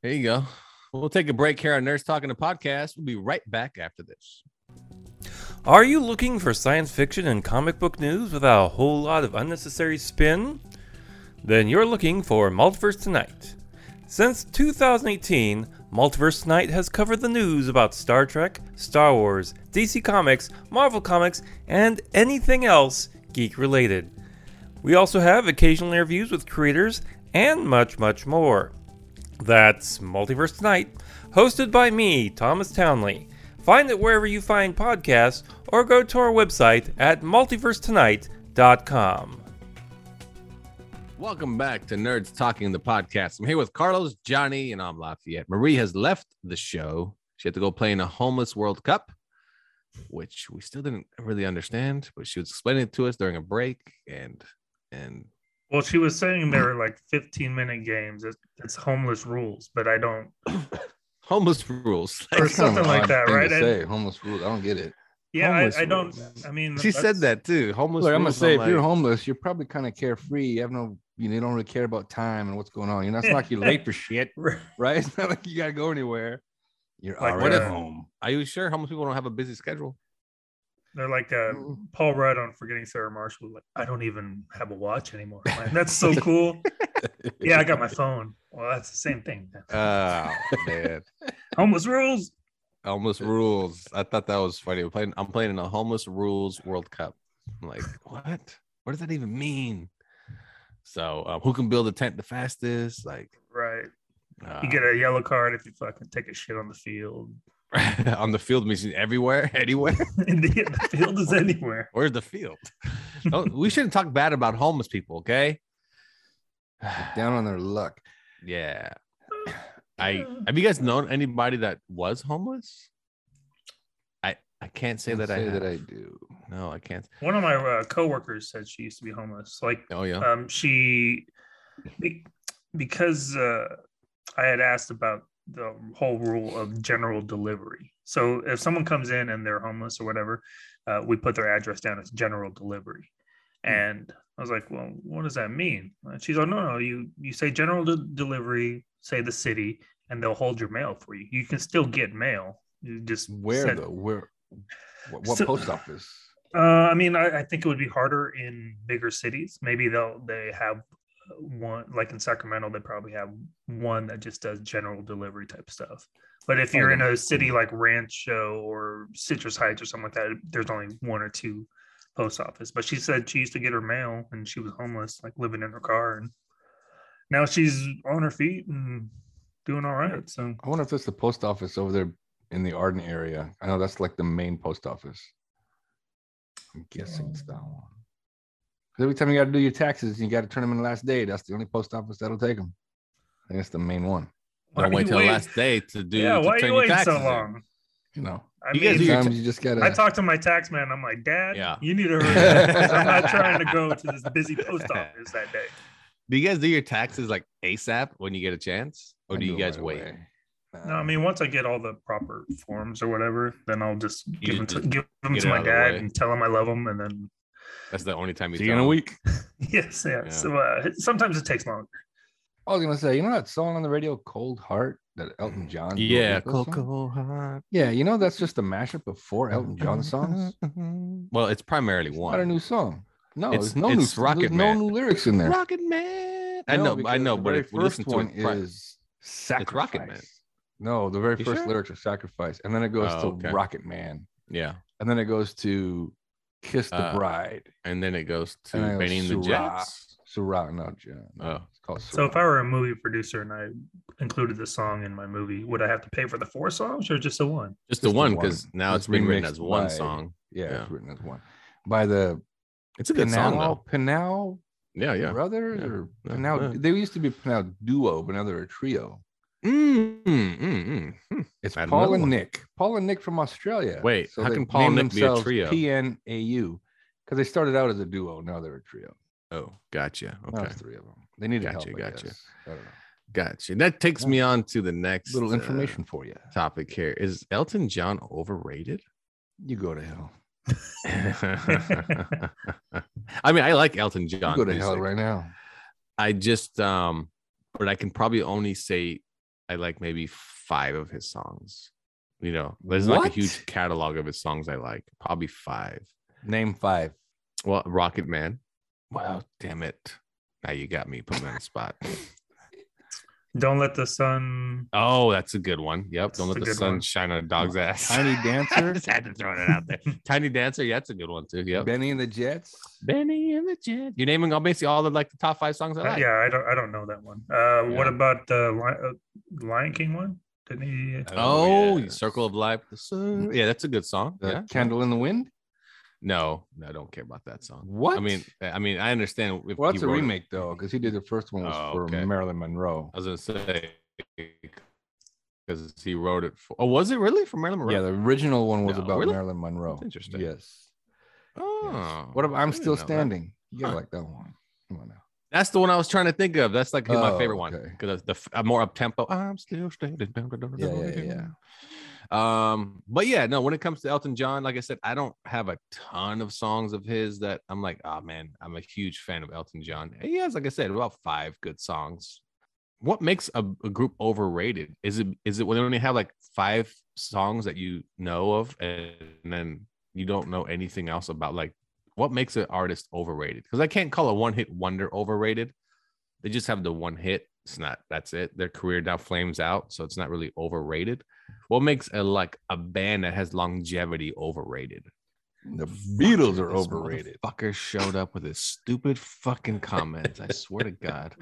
S3: there you go. We'll take a break here on Nurse Talking to Podcast. We'll be right back after this.
S10: Are you looking for science fiction and comic book news without a whole lot of unnecessary spin? Then you're looking for Multiverse Tonight. Since 2018, Multiverse Tonight has covered the news about Star Trek, Star Wars, DC Comics, Marvel Comics, and anything else geek related. We also have occasional interviews with creators and much, much more. That's Multiverse Tonight, hosted by me, Thomas Townley. Find it wherever you find podcasts or go to our website at multiversetonight.com.
S3: Welcome back to Nerds Talking the Podcast. I'm here with Carlos, Johnny, and I'm Lafayette. Marie has left the show. She had to go play in a homeless World Cup, which we still didn't really understand, but she was explaining it to us during a break. And and (coughs)
S4: Well, she was saying there were like 15 minute games. It, it's homeless rules, but I don't.
S3: homeless rules. (laughs)
S4: Or
S5: That's kind of
S4: something
S5: an
S4: (laughs) like
S5: odd
S4: that,
S5: thing to
S4: right? And-
S5: Say homeless rules. I don't get it.
S4: Yeah,
S3: Homeless
S4: I, I don't.
S3: rules.
S4: I mean,
S3: she said
S4: that's-
S3: that too. Homeless.
S5: Look, I'm
S3: rules,
S5: gonna say if
S3: like,
S5: you're homeless, you're probably kind of carefree. You have no, you, know, you don't really care about time and what's going on. You're
S4: (laughs)
S5: not it's not like you're late for shit, right? (laughs) It's not like you gotta go anywhere. You're
S4: Like,
S5: already
S3: what if-
S5: home.
S3: Are you sure homeless people don't have a busy schedule?
S4: (laughs) They're like uh, Paul Rudd on Forgetting Sarah Marshall. Like, I don't even have a watch anymore. Like, that's
S3: (laughs)
S4: so cool. yeah, I got my phone. Well, that's the same thing.
S3: Oh (laughs) man.
S4: Homeless rules.
S3: homeless rules. I thought that was funny. We're playing, I'm playing in a homeless rules World Cup. I'm like, what? What does that even mean? So, um, who can build a tent the fastest? Like,
S4: Right. You get a yellow card if you fucking take a shit on the field. (laughs)
S3: Uh, (laughs) on the field means everywhere, (laughs) anywhere.
S4: the the
S3: (laughs)
S4: field is anywhere.
S3: Where's the field? Don't- we shouldn't talk bad about homeless people, okay? (sighs)
S5: Down on their luck.
S3: Yeah. I have you guys known anybody that was homeless? I I can't say that I,
S5: say
S3: have.
S5: that I do.
S3: no I can't.
S4: One of my uh, coworkers said she used to be homeless. Like
S3: Oh yeah.
S4: um she be- because uh i had asked about the whole rule of general delivery so if someone comes in and they're homeless or whatever uh, we put their address down as general delivery and i was like well what does that mean and she's like no no you you say general de- delivery say the city and they'll hold your mail for you you can still get mail you just
S5: Where
S4: send-
S5: though? Where? What, what
S4: So-
S5: post office?
S4: uh, I mean, I, I think it would be harder in bigger cities. Maybe they'll they have uh, one like in Sacramento, they probably have one that just does general delivery type stuff. But if you're in a city like Rancho or Citrus Heights or something like that, there's only one or two post office. But she said she used to get her mail and she was homeless, like living in her car, and now she's on her feet and doing all right. So
S5: I wonder if it's the post office over there in the Arden area. I know that's like the main post office. I'm guessing it's that one. 'Cause Every time you got to do your taxes, you got to turn them in the last day. That's the only post office that'll take them. I think it's the main one.
S4: why
S3: Don't
S4: do
S3: wait
S4: you
S3: till last day to do.
S4: yeah,
S3: to
S4: why are
S3: turn
S4: you
S3: your
S4: waiting so
S3: taxes in. (laughs)
S4: long?
S5: You know,
S4: I
S3: You guys do your
S5: sometimes you just got
S4: I
S5: to.
S4: talked to my tax man. I'm like, Dad,
S3: Yeah.
S4: you need to hurry up.
S3: (laughs)
S4: 'cause I'm not trying to go to this busy post office that day.
S3: Do you guys do your taxes like ASAP when you get a chance, or do you guys wait?
S4: No, I mean, once I get all the proper forms or whatever, then I'll just give them to,
S3: just
S4: give them
S3: get
S4: to
S3: it
S4: my
S3: out of the
S4: dad
S3: way.
S4: and tell him I love him. And then, (laughs)
S3: That's the only time you.
S5: See you in
S3: tell
S5: a
S3: them.
S5: week.
S4: yes, yeah.
S3: Yeah.
S4: So uh, sometimes it takes longer.
S5: I was gonna say, you know that song on the radio, "Cold Heart," that Elton John. wrote
S3: Yeah,
S5: with this one?
S3: Coco hot.
S5: Yeah, you know that's just a mashup of four Elton John songs.
S3: (laughs) Well, it's primarily
S5: It's
S3: one.
S5: not a new song. No,
S3: It's-
S5: it's, no new.
S3: it's
S5: s- there's
S3: Rocket
S5: no
S3: Man.
S5: new lyrics
S3: (laughs)
S5: in there.
S3: Rocket Man. I know, I
S5: because
S3: know,
S5: the
S3: but
S5: very
S3: if we listen
S5: first
S3: to
S5: one
S3: it, pri-
S5: is sacrifice.
S3: Rocket Man.
S5: No, the very
S3: You
S5: first
S3: sure?
S5: lyrics are sacrifice, and then it goes
S3: Oh,
S5: to
S3: okay.
S5: Rocket Man,
S3: yeah,
S5: and then it goes to Kiss the
S3: Uh,
S5: Bride.
S3: and then it goes to
S5: And then it
S3: Benny and
S5: goes
S3: the
S5: Syrah.
S3: Jets.
S5: Surah, not John.
S3: Oh.
S5: It's called
S4: So
S5: Surah.
S4: if I were a movie producer and I included this song in my movie, would I have to pay for the four songs or just the one?
S3: Just the
S5: Just the
S3: one, because
S5: one.
S3: now
S5: It's
S3: it's been written
S5: remixed
S3: as one
S5: by-
S3: song.
S5: yeah,
S3: yeah.
S5: it's written as one by the
S3: It's a good song
S5: Pinal
S3: though.
S5: Pinal
S3: Yeah, yeah.
S5: brothers
S3: Yeah.
S5: or
S3: Yeah.
S5: Pinal.
S3: Yeah.
S5: They used to be Pinal Duo, but now they're a trio.
S3: Mm, mm, mm, mm,
S5: (laughs)
S3: mm.
S5: It's
S3: Add
S5: Paul
S3: another
S5: and
S3: one.
S5: Nick. Paul and Nick from Australia.
S3: Wait, how
S5: they
S3: can Paul and
S5: named
S3: Nick be a
S5: themselves
S3: trio?
S5: PNAU because they started out as a duo. Now they're a trio.
S3: Oh, gotcha.
S5: Now
S3: Okay,
S5: it's three of them. They needed
S3: Gotcha,
S5: help. I
S3: gotcha.
S5: guess. I don't know.
S3: gotcha. That takes me on to the next
S5: Little
S3: uh,
S5: information for you.
S3: topic here. Is Elton John
S5: (laughs)
S3: overrated? (laughs)
S5: You go to hell.
S3: I mean, I like Elton
S5: you
S3: John.
S5: go to
S3: music.
S5: hell right now.
S3: I just um but I can probably only say I like maybe five of his songs. You know, there's like
S5: What?
S3: a huge catalog of his songs I like. Probably five.
S5: Name five.
S3: Well, Rocket Man. Well, damn it. Now you got me put me on the spot.
S5: (laughs)
S4: Don't let the sun.
S3: Oh, that's a good one. Yep.
S4: That's
S3: Don't
S4: a
S3: let the
S4: good
S3: sun
S4: one.
S3: shine on a dog's ass.
S5: Tiny
S3: I
S5: Dancer.
S3: just had to throw it (laughs)
S4: (laughs)
S3: out there. Tiny Dancer. Yeah, that's a good one too. Yep.
S5: Benny and the Jets.
S3: Benny and the Jet. You're naming all basically all the like the top five songs I like.
S4: yeah, I don't. I don't know that one. Uh, What about the Lion, uh, Lion King one? Didn't he?
S3: Oh,
S5: yeah.
S3: Circle of Life. The Sun. Yeah, that's a good song.
S5: The
S3: yeah.
S5: Candle in the Wind.
S3: No, no, I don't care about that song.
S5: What?
S3: I mean, I mean, I understand. If
S5: well,
S3: he
S5: that's a
S3: wrote it.
S5: remake though, because he did the first one was
S3: Oh,
S5: for
S3: okay. Oh,
S5: Marilyn Monroe.
S3: I was gonna say because he wrote it. For, oh, was it really for Marilyn Monroe?
S5: Yeah, the original one was
S3: No,
S5: about
S3: really?
S5: Marilyn Monroe.
S3: That's interesting.
S5: Yes. Yes.
S3: Oh,
S5: What about I'm
S3: I didn't
S5: still
S3: know that.
S5: standing? You gotta
S3: Huh.
S5: like that one. Come on now.
S3: That's the one I was trying to think of. That's like my
S5: Oh,
S3: favorite one
S5: okay.
S3: because the f- uh, more up tempo. I'm still standing. Dun, dun, dun,
S5: Yeah,
S3: dun,
S5: yeah,
S3: dun,
S5: yeah.
S3: dun. Um, but yeah, no. When it comes to Elton John, like I said, I don't have a ton of songs of his that I'm like, oh man, I'm a huge fan of Elton John. And He has, like I said, about five good songs. What makes a, a group overrated? Is it is it when they only have like five songs that you know of, and then you don't know anything else about like what makes an artist overrated? Because I can't call a one hit wonder overrated. They just have the one hit. It's not that's it. Their career now flames out, so it's not really overrated. What makes a like a band that has longevity overrated?
S5: The Beatles are
S3: This
S5: overrated.
S3: Fucker showed up with his stupid fucking comments. I swear to God.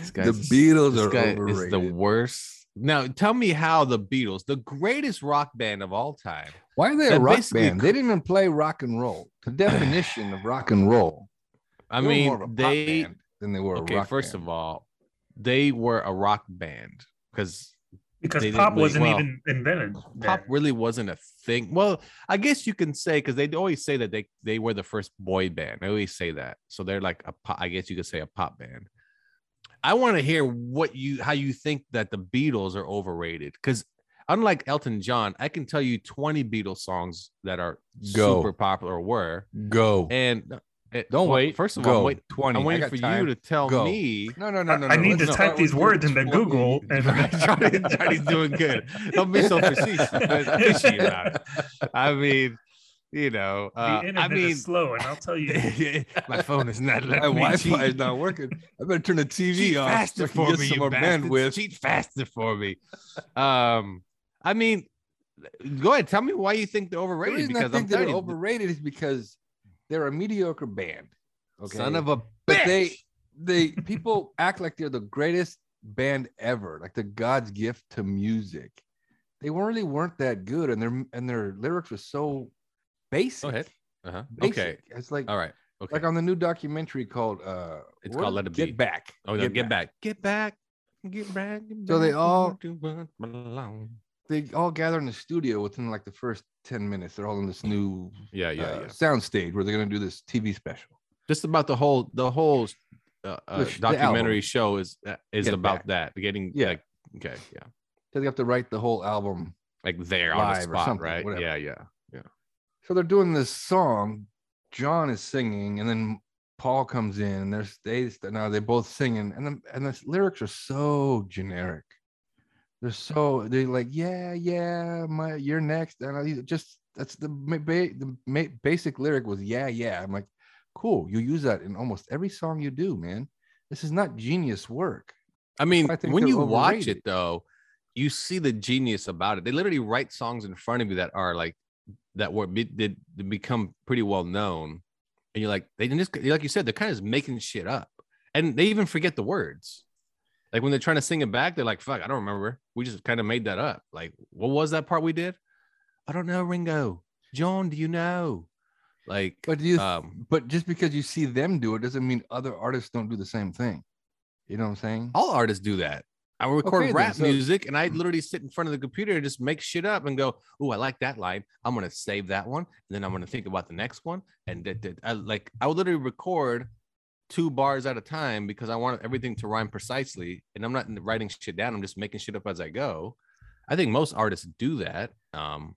S11: This
S5: (laughs) The
S11: guy's-
S5: Beatles
S11: this
S5: are
S11: guy Is the
S5: overrated.
S11: worst.
S3: Now tell me how the Beatles, the greatest rock band of all time,
S5: Why are they a
S3: That
S5: rock
S3: basically
S5: band? They didn't even play rock and roll. The definition of rock and roll.
S3: I
S5: they were more of
S3: mean,
S5: a pop
S3: they
S5: band than they were.
S3: okay. First of all, they were a rock band because
S4: because
S3: They didn't
S4: pop
S3: really-
S4: wasn't
S3: well,
S4: even invented.
S3: pop
S4: then.
S3: really wasn't a thing. Well, I guess you can say because they always say that they they were the first boy band. They always say that, so they're like a pop, I guess you could say a pop band. I want to hear what you how you think that the Beatles are overrated because unlike Elton John, I can tell you twenty Beatles songs that are
S5: Go.
S3: super popular or were.
S5: all, go.
S3: And eh,
S5: Don't
S3: well,
S5: wait.
S3: First of
S5: go.
S3: all, I'm, wait,
S5: Twenty.
S3: I'm
S5: I
S3: waiting
S5: got
S3: for
S5: time.
S3: you to tell
S5: Go.
S3: me. (laughs)
S5: No, no, no, no.
S4: I
S5: no, let's
S4: need to
S5: not
S4: type
S5: start
S4: these
S5: with
S4: words into
S5: sporty. (laughs)
S4: Google and-
S3: (laughs) Johnny, Johnny's doing good. Don't be so
S5: (laughs)
S3: facetious, fishy about it. I mean, you know,
S4: The
S3: uh,
S4: internet
S3: I mean,
S4: is slow, and I'll tell
S3: (laughs)
S4: you.
S3: my phone is not
S5: My
S3: letting me cheat.
S5: Wi-Fi is not working. I better turn the TV
S3: Cheat
S5: off. so I
S3: faster
S5: can
S3: for
S5: get
S3: me,
S5: some
S3: you
S5: more
S3: bastards.
S5: bandwidth.
S3: Cheat faster for me. Um, I mean, go ahead. Tell me why you think they're
S5: The
S3: overrated.
S5: reason I
S3: Because I'm
S5: think they're
S3: telling you,
S5: overrated is because they're a mediocre band. Okay.
S3: son of a bitch.
S5: but they they people act like they're the greatest band ever, like the God's gift to music. They weren't really weren't that good, and their and their lyrics were so basic.
S3: Go ahead. Uh-huh.
S5: basic.
S3: Okay.
S5: It's like
S3: All right. Okay.
S5: like on the new documentary called uh
S3: It's
S5: what
S3: called
S5: is
S3: Let It
S5: Get
S3: Be.
S5: Back.
S3: oh, no, get back. Get back. Get back. Get
S5: So they
S3: back
S5: all-
S3: to what belongs.
S5: They all gather in the studio within like the first 10 minutes. They're all in this new
S3: Yeah,
S5: uh,
S3: yeah, yeah.
S5: sound stage where they're gonna do this TV special.
S3: just about the whole the whole uh, uh,
S5: sh- the album.
S3: documentary show is uh, is
S5: Get
S3: about
S5: Back.
S3: that getting
S5: Yeah.
S3: like, okay yeah
S5: So they have to write the whole album
S3: like there on the
S5: Live or
S3: spot
S5: something,
S3: right
S5: whatever.
S3: yeah yeah
S5: so they're doing this song. John is singing, and then Paul comes in, and they're they now they're both singing, and the and the lyrics are so generic. They're so they're like yeah yeah my you're next, and I just that's the ma- ba- the ma- basic lyric was yeah yeah. I'm like, cool, you use that in almost every song you do, man. This is not genius work.
S3: i mean
S5: I think
S3: when
S5: they're
S3: you watch
S5: overrated.
S3: it though you see the genius about it they literally write songs in front of you that are like that were be- did did become pretty well known and you're like they just like you said they're kind of just making shit up and they even forget the words like when they're trying to sing it back they're like fuck i don't remember we just kind of made that up like what was that part we did i don't know ringo john do you know like
S5: But do you
S3: um
S5: but just because you see them do it doesn't mean other artists don't do the same thing. You know what I'm saying?
S3: all artists do that i record
S5: Okay, then,
S3: rap
S5: so- Mm.
S3: music and i literally sit in front of the computer and just make shit up and go oh i like that line i'm gonna save that one and then i'm gonna think about the next one and that, that- I, like i would literally record two bars at a time because i want everything to rhyme precisely and i'm not writing shit down i'm just making shit up as i go i think most artists do that um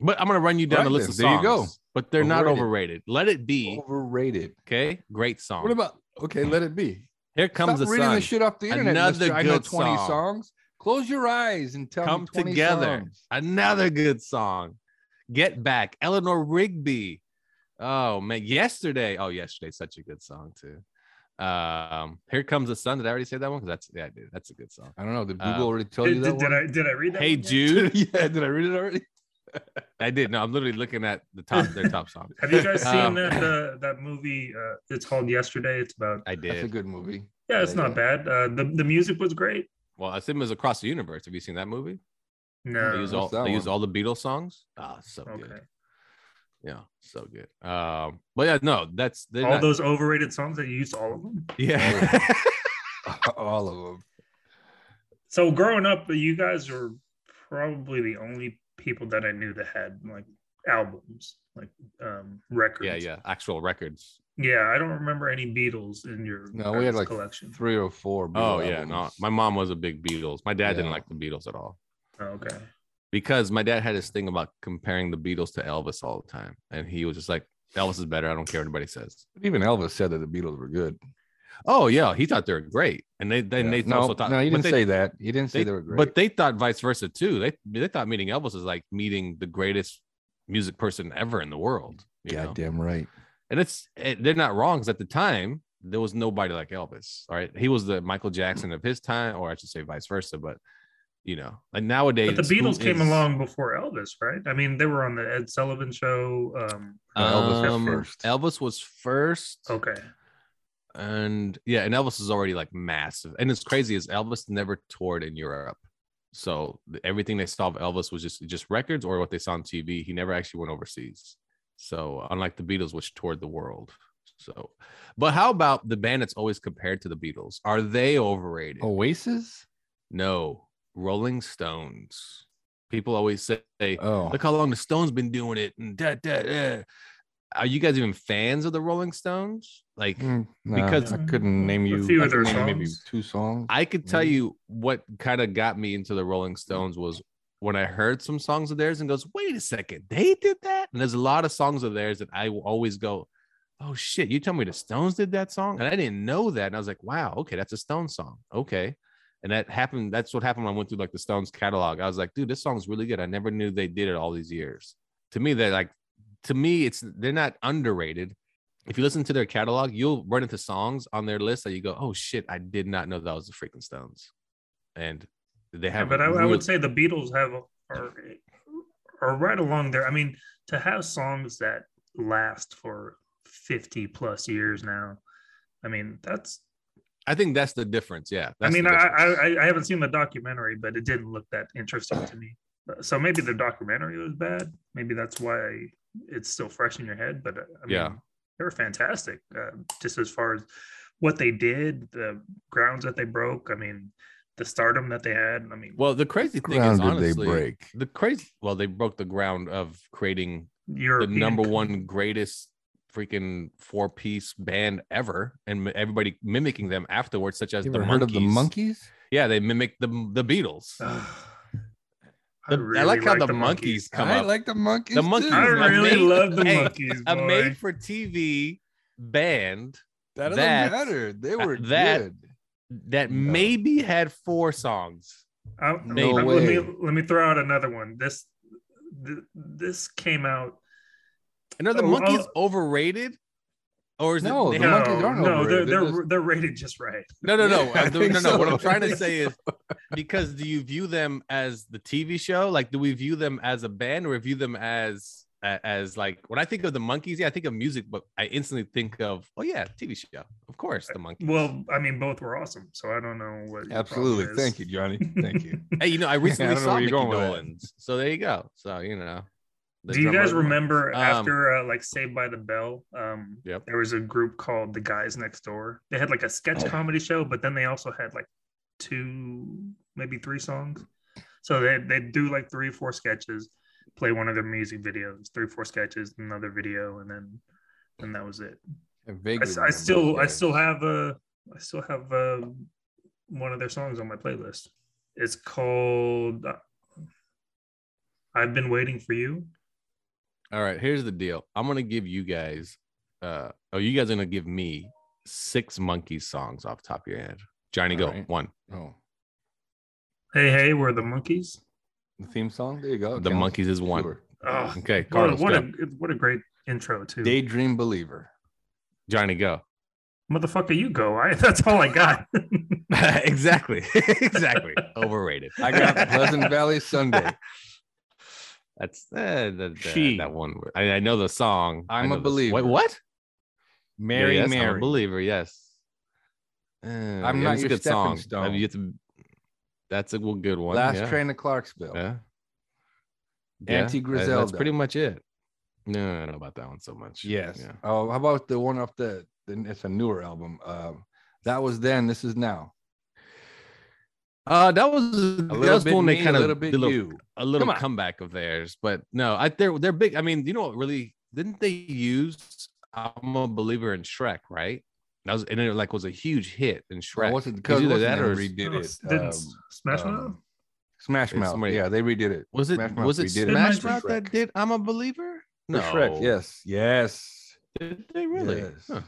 S3: but i'm gonna run you down
S5: Right
S3: a list
S5: then,
S3: of
S5: there you
S3: songs
S5: go.
S3: but they're not
S5: Overrated.
S3: overrated let it be
S5: Overrated.
S3: okay great song
S5: What about okay? Let it be.
S3: here comes
S5: Stop
S3: the
S5: reading
S3: sun
S5: the shit off the internet.
S3: Another
S5: Another I know
S3: good
S5: twenty
S3: song.
S5: songs. Close your eyes and tell
S3: Come
S5: me 20
S3: Together.
S5: songs.
S3: Another good song. Get Back. Eleanor Rigby. Oh man, yesterday. Oh, yesterday, such a good song too. Um, Here Comes the Sun. Did I already say that one? Because that's yeah, I did. That's a good song.
S5: I don't know. Did
S3: Uh,
S5: Google already tell you
S4: Did,
S5: that
S4: did, did
S5: one?
S4: I did I read that?
S3: Hey
S4: one yet?
S5: (laughs)
S3: Jude.
S5: yeah, did I read it already?
S3: (laughs) I did. No, I'm literally looking at the top their top song.
S4: Have you
S3: (laughs)
S4: guys seen
S3: Um,
S4: that uh, that movie? Uh, it's called Yesterday. It's about
S3: I
S5: That's a
S3: did.
S5: good movie. (laughs)
S4: yeah, it's
S5: Yeah,
S4: not
S5: yeah.
S4: bad. Uh, the the music was great.
S3: Well, I assume it was Across the Universe. Have you seen that movie? They
S4: No,
S3: use all
S5: what's that
S3: they use
S5: one?
S3: all the Beatles songs. Ah, so
S4: okay.
S3: good. Yeah, so good. Um, but yeah, no, that's they're
S4: All
S3: not-
S4: those overrated songs that you used, all of them.
S3: (laughs) yeah.
S5: All of them.
S4: So growing up, you guys were probably the only people that I knew that had like albums, like um records.
S3: yeah, yeah. Actual records.
S4: Yeah, I don't remember any Beatles in your
S5: No, we had
S4: guys'
S5: like
S4: collection.
S5: three or four.
S3: Oh
S5: Beatle
S3: yeah, no.
S5: albums.
S3: My mom was a big Beatles. My dad didn't
S5: Yeah.
S3: like the Beatles at all
S4: Oh, okay.
S3: because my dad had this thing about comparing the Beatles to Elvis all the time, and he was just like, "Elvis is better. I don't care what anybody says."
S5: Even Elvis said that the Beatles were good.
S3: Oh yeah, he thought they were great, and they then
S5: Yeah.
S3: they
S5: no,
S3: also thought
S5: no, he
S3: but
S5: didn't
S3: they-
S5: say that. He didn't say
S3: they-
S5: they were great.
S3: But they thought vice versa too. They they thought meeting Elvis is like meeting the greatest music person ever in the world. You know?
S5: goddamn right.
S3: and it's it, they're not wrong because at the time there was nobody like Elvis. All right, he was the Michael Jackson of his time, or I should say vice versa. But you know, and nowadays
S4: But the
S3: who
S4: Beatles came
S3: is-
S4: along before Elvis, right? I mean, they were on the Ed Sullivan show. Um,
S5: No, Elvis was
S3: Um,
S5: first.
S3: Elvis was first.
S4: okay.
S3: and yeah, and Elvis is already like massive. And it's crazy is Elvis never toured in Europe, so th- everything they saw of Elvis was just just records or what they saw on TV. He never actually went overseas. So unlike the Beatles, which toured the world. So, but how about the band that's always compared to the Beatles? Are they overrated?
S5: Oh. Oasis?
S3: No, Rolling Stones. People always say,
S5: Oh,
S3: "Look how long the Stones been doing it." And da, da, da. Are you guys even fans of the Rolling Stones? Like,
S5: Mm, nah,
S3: because-
S5: I couldn't name
S4: A
S5: you.
S4: few
S5: I
S4: of their
S5: could name maybe
S4: songs.
S5: two songs.
S3: I could tell
S5: Mhm.
S3: you what kind of got me into the Rolling Stones was when I heard some songs of theirs and goes, wait a second, they did that? And there's a lot of songs of theirs that I will always go, oh shit, you tell me the Stones did that song? And I didn't know that. And I was like, wow, okay, that's a Stone song. Okay. And that happened. That's what happened when I went through like the Stones catalog. I was like, dude, this song's really good. I never knew they did it all these years. To me, they're like, to me, it's they're not underrated. If you listen to their catalog, you'll run into songs on their list that you go, "Oh shit, I did not know that was the freaking Stones," and they
S4: Yeah,
S3: have.
S4: but I, I
S3: really-
S4: would say the Beatles have are are right along there. I mean, to have songs that last for fifty plus years now, I mean that's.
S3: I think that's the difference. Yeah,
S4: I
S3: that's
S4: mean,
S3: the
S4: I,
S3: difference.
S4: I I haven't seen the documentary, but it didn't look that interesting to me. So maybe the documentary was bad. Maybe that's why it's still fresh in your head. But uh, I mean,
S3: Yeah.
S4: they were fantastic. Uh, just as far as what they did, the grounds that they broke. I mean, the stardom that they had. I mean,
S3: well, the crazy thing
S5: Ground
S3: is
S5: did
S3: honestly
S5: they break?
S3: the crazy. Well, they broke the ground of creating the
S4: European
S3: number
S4: con- (sighs)
S3: one greatest freaking four piece band ever, and everybody mimicking them afterwards, such as
S5: You
S3: the
S5: ever
S3: monkeys.
S5: heard of the monkeys?
S3: Yeah, they mimicked the the Beatles. The- I like how the monkeys Come
S5: I
S3: up.
S5: like the monkeys.
S3: The
S5: too.
S3: monkeys.
S4: I
S3: A
S4: really
S3: made-
S4: love the
S3: hey,
S4: monkeys.
S3: a
S4: boy.
S3: made for TV band
S5: That doesn't
S3: That-
S5: matter. They
S3: uh,
S5: were
S3: that-
S5: good.
S3: that
S5: No.
S3: maybe had four songs.
S4: I- I-
S3: No
S4: let,
S5: way.
S4: me let me throw out another one. This th- this came out.
S3: And are the
S4: Oh,
S3: monkeys
S4: uh,
S3: overrated? Or is
S5: No, the
S3: it, they have-
S5: monkeys aren't
S4: no,
S5: overrated.
S4: they're
S5: They're
S4: they're,
S5: just-
S4: they're rated just right.
S3: no, no, no,
S5: Yeah, (laughs) I
S3: no,
S5: think
S3: no, no. What
S5: so.
S3: I'm trying to
S5: I
S3: say is because do you view them as the TV show? Like, do we view them as a band or view them as a- as like when I think of the monkeys? Yeah, I think of music, but I instantly think of oh yeah, TV show. Of course,
S5: (laughs)
S3: the monkeys.
S4: Well, I mean, both were awesome, so I don't know what. your
S5: Absolutely.
S4: problem is.
S5: Thank you, Johnny. Thank
S4: (laughs)
S5: you.
S3: hey, you know, I recently
S5: don't know
S3: saw
S5: where you're
S3: Mickey
S5: going with that.
S3: Dolenz, so there you go. So you know. the
S4: Do you
S3: drummer
S4: guys
S3: of the Monkeys.
S4: remember
S3: Um,
S4: after uh, like Saved by the Bell? Um,
S3: Yep.
S4: There was a group called The Guys Next Door. They had like a sketch comedy show, but then they also had like two, maybe three songs. So they they do like three, four sketches, play one of their music videos, three, four sketches, another video, and then and that was it.
S5: I,
S4: I,
S5: vaguely
S4: s- I
S5: remember
S4: still I
S5: that.
S4: still have a I still have a, one of their songs on my playlist. It's called uh, "I've Been Waiting for You."
S3: All right, here's the deal. I'm gonna give you guys uh oh you guys are gonna give me six monkey songs off the top of your head. Johnny go
S5: All right.
S3: one.
S5: Oh,
S4: Hey, hey, we're the monkeys.
S5: the theme song. There you go.
S3: The
S5: Counts.
S3: Monkeys is one.
S5: Sure.
S4: Oh,
S3: Okay,
S4: what,
S3: Carlos
S4: what
S3: go.
S4: a what a great intro too.
S5: Daydream believer.
S3: Johnny go. (laughs)
S4: Motherfucker, you go. I (laughs) that's all I got.
S3: exactly. (laughs)
S5: (laughs)
S3: exactly. Overrated.
S5: I got
S3: (laughs)
S5: (laughs) Pleasant Valley Sunday.
S3: That's uh, that,
S5: She.
S3: that one. word. I, I know the song. I
S5: I'm a
S3: know the s- Wait,
S5: believer.
S3: what? Yeah,
S5: Mary,
S3: yes, I'm
S5: Mary.
S3: a believer. Yes. Uh, yeah,
S5: not
S3: it's a
S5: your
S3: good
S5: stepping
S3: song. I
S5: stone.
S3: mean, you have to, that's a w- good one.
S5: Last
S3: yeah.
S5: train to Clarksville.
S3: Yeah.
S5: Anti-Griselda.
S3: uh, That's pretty much it. No, I don't know about that one so much.
S5: Yes.
S3: Yeah.
S5: Oh, how about the one off the, the? It's a newer album. Uh, that was then. This is now.
S3: Uh, that was
S5: A
S3: that
S5: little
S3: was
S5: bit
S3: one
S5: me,
S3: they kind
S5: a
S3: of
S5: little bit
S3: did a little,
S5: you.
S3: a little
S5: Come on.
S3: comeback of theirs, but no, I they're they're big. I mean, you know what really didn't they use I'm a believer in Shrek, right? That was and it like was a huge hit in Shrek.
S5: Well, what's it?
S3: was
S5: Because
S3: either that or
S5: redid
S4: Oh,
S5: it.
S4: (laughs) Didn't
S5: um,
S4: S- Smash Mouth?
S5: um, Smash
S3: It's
S5: Mouth.
S3: somebody-
S5: Yeah, they redid it.
S3: was it
S5: Smash Mouth
S3: was it
S5: redid it.
S3: Smash
S5: For
S3: Mouth that
S5: Shrek.
S3: did I'm a believer?
S5: For
S3: No,
S5: Shrek. Yes. Yes.
S3: Did they really?
S5: Yes.
S3: Huh.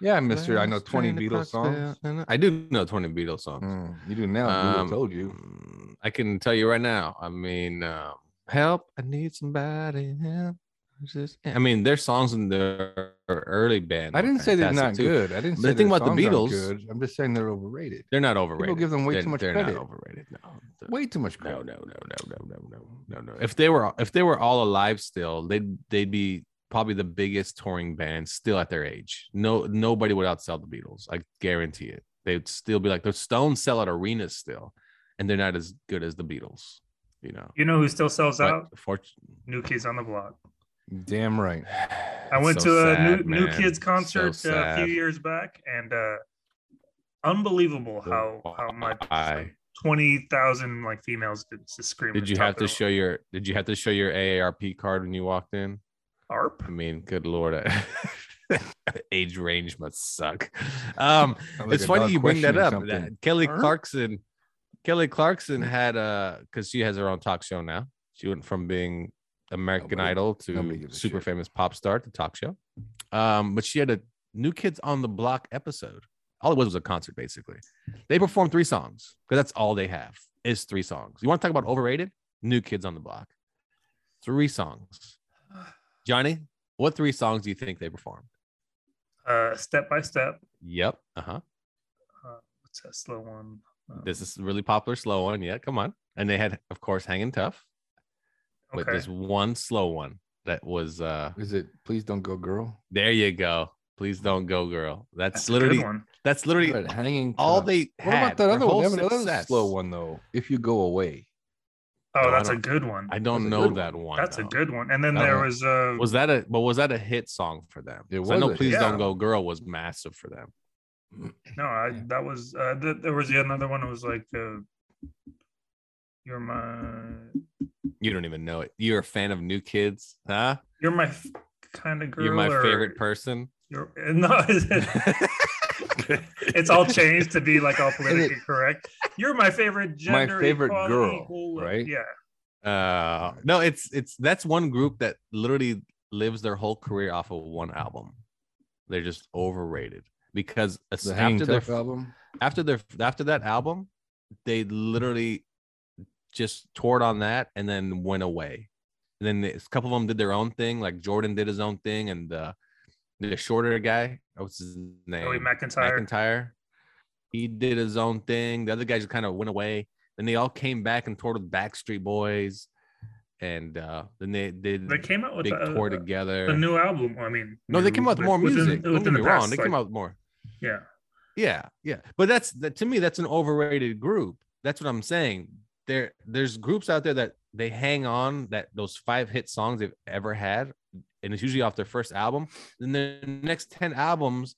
S5: Yeah, Mister. I know
S3: Last
S5: twenty
S3: train to
S5: Beatles
S3: Clarksville,
S5: songs.
S3: and I- I do know twenty Beatles songs.
S5: Mm, you do now. Google
S3: Um,
S5: told you.
S3: Mm, I can tell you right now. I mean, um, help! I need somebody. Help! I Just, I mean, their songs in their early band.
S5: I
S3: are
S5: didn't say they're not
S3: fantastic, too.
S5: good. I didn't
S3: But
S5: say
S3: the thing
S5: their
S3: about the
S5: songs aren't
S3: Beatles-
S5: good. I'm just saying they're overrated.
S3: They're not overrated.
S5: People give them way
S3: They're-
S5: too much
S3: They're
S5: credit.
S3: not overrated. No. The-
S5: Way too much
S3: No.
S5: credit.
S3: No. No. No. No. No. No. No. No. If they were, if they were all alive still, they'd they'd be probably the biggest touring band still at their age. No, nobody would outsell the Beatles. I guarantee it. They'd still be like the Stones sell at arenas still, and they're not as good as the Beatles. You know.
S4: You know who still sells out?
S3: But fortu-
S4: New Kids on the Block.
S5: Damn right.
S4: I
S3: It's
S4: went
S3: so
S4: to a
S3: sad,
S4: new, new
S3: man.
S4: kids
S3: So
S4: concert uh, a few
S3: sad.
S4: years back, and uh, unbelievable how how much
S3: Why?
S4: twenty thousand like females could just scream. at
S3: Did
S4: the
S3: you
S4: top
S3: have
S4: of
S3: to
S4: their
S3: show your Did you have to show your AARP card when you walked in?
S4: ARP?
S3: I mean, good lord, (laughs) I- age range must suck. Um,
S5: Sounds like
S3: it's
S5: a
S3: funny
S5: dog
S3: you bring that
S5: question or
S3: up.
S5: something.
S3: that Kelly
S5: Huh?
S3: Clarkson, Kelly Clarkson had uh because she has her own talk show now. She went from being American
S5: Nobody-
S3: Idol
S5: nobody
S3: to
S5: gives a
S3: super
S5: shit.
S3: famous pop star to talk show. Um, but she had a New Kids on the Block episode. All it was was a concert, basically. They performed three songs because that's all they have is three songs. You want to talk about overrated? New Kids on the Block, three songs. Johnny, what three songs do you think they performed?
S4: Uh, step by step.
S3: Yep. Uh huh.
S4: What's that slow one? Um,
S3: This is a really popular slow one. Yeah, come on. And they had, of course, Hanging Tough, but
S4: okay.
S3: this one slow one that was uh
S5: Is it please don't go girl?
S3: there you go. Please don't go, girl. That's,
S4: That's a good
S3: literally
S4: one.
S3: that's literally
S5: Right, hanging.
S3: all
S5: Tough.
S3: they
S5: What
S3: had.
S5: about that
S3: Their
S5: other one?
S3: whole
S5: They have another
S3: success.
S5: slow one though. If you go away,
S4: Oh,
S3: No, I
S4: that's a
S3: don't-
S4: good one.
S3: I don't
S5: That's a
S3: know
S5: good one.
S3: that one.
S4: That's a
S3: though.
S4: good one. And then
S5: That
S4: there
S5: one.
S4: was uh,
S3: Was that a but was that a hit song for them?
S5: It
S3: 'Cause I know
S5: was a
S3: Please
S4: hit
S3: Don't
S4: song.
S3: Go Girl was massive for them.
S4: no, I, that was uh, th- there was another one. It was like uh, you're my
S3: You don't even know it. You're a fan of New Kids, huh?
S4: you're my f- kind of girl.
S3: You're my
S4: or
S3: favorite person.
S4: You're, no, is it- (laughs)
S3: (laughs)
S4: it's all changed to be like all politically correct. You're my favorite
S5: My
S4: gender.
S5: favorite
S4: equality
S5: girl,
S4: equal-
S5: right?
S4: Yeah.
S3: Uh, no, it's it's that's one group that literally lives their whole career off of one album. They're just overrated because as-
S5: the Hanging
S3: after their
S5: Tough album.
S3: after their after that album, they literally just toured on that and then went away. And then a couple of them did their own thing, like Jordan did his own thing, and uh, the shorter guy, what's his name?
S4: Joey McIntyre.
S3: McIntyre. He did his own thing. The other guys just kind of went away. Then they all came back and toured with Backstreet Boys, and uh, then they did
S4: They came out with
S3: big
S4: a,
S3: tour
S4: a-
S3: together.
S4: a new album. I mean,
S3: no, they
S4: new,
S3: came out with
S4: but
S3: more
S4: within-
S3: music. Don't
S4: within
S3: get me
S4: the
S3: wrong,
S4: past,
S3: they came
S4: like-
S3: out with more.
S4: Yeah.
S3: Yeah, yeah. But that's that to me, that's an overrated group. That's what I'm saying. There, there's groups out there that they hang on that those five hit songs they've ever had, and it's usually off their first album. Then the next 10 albums,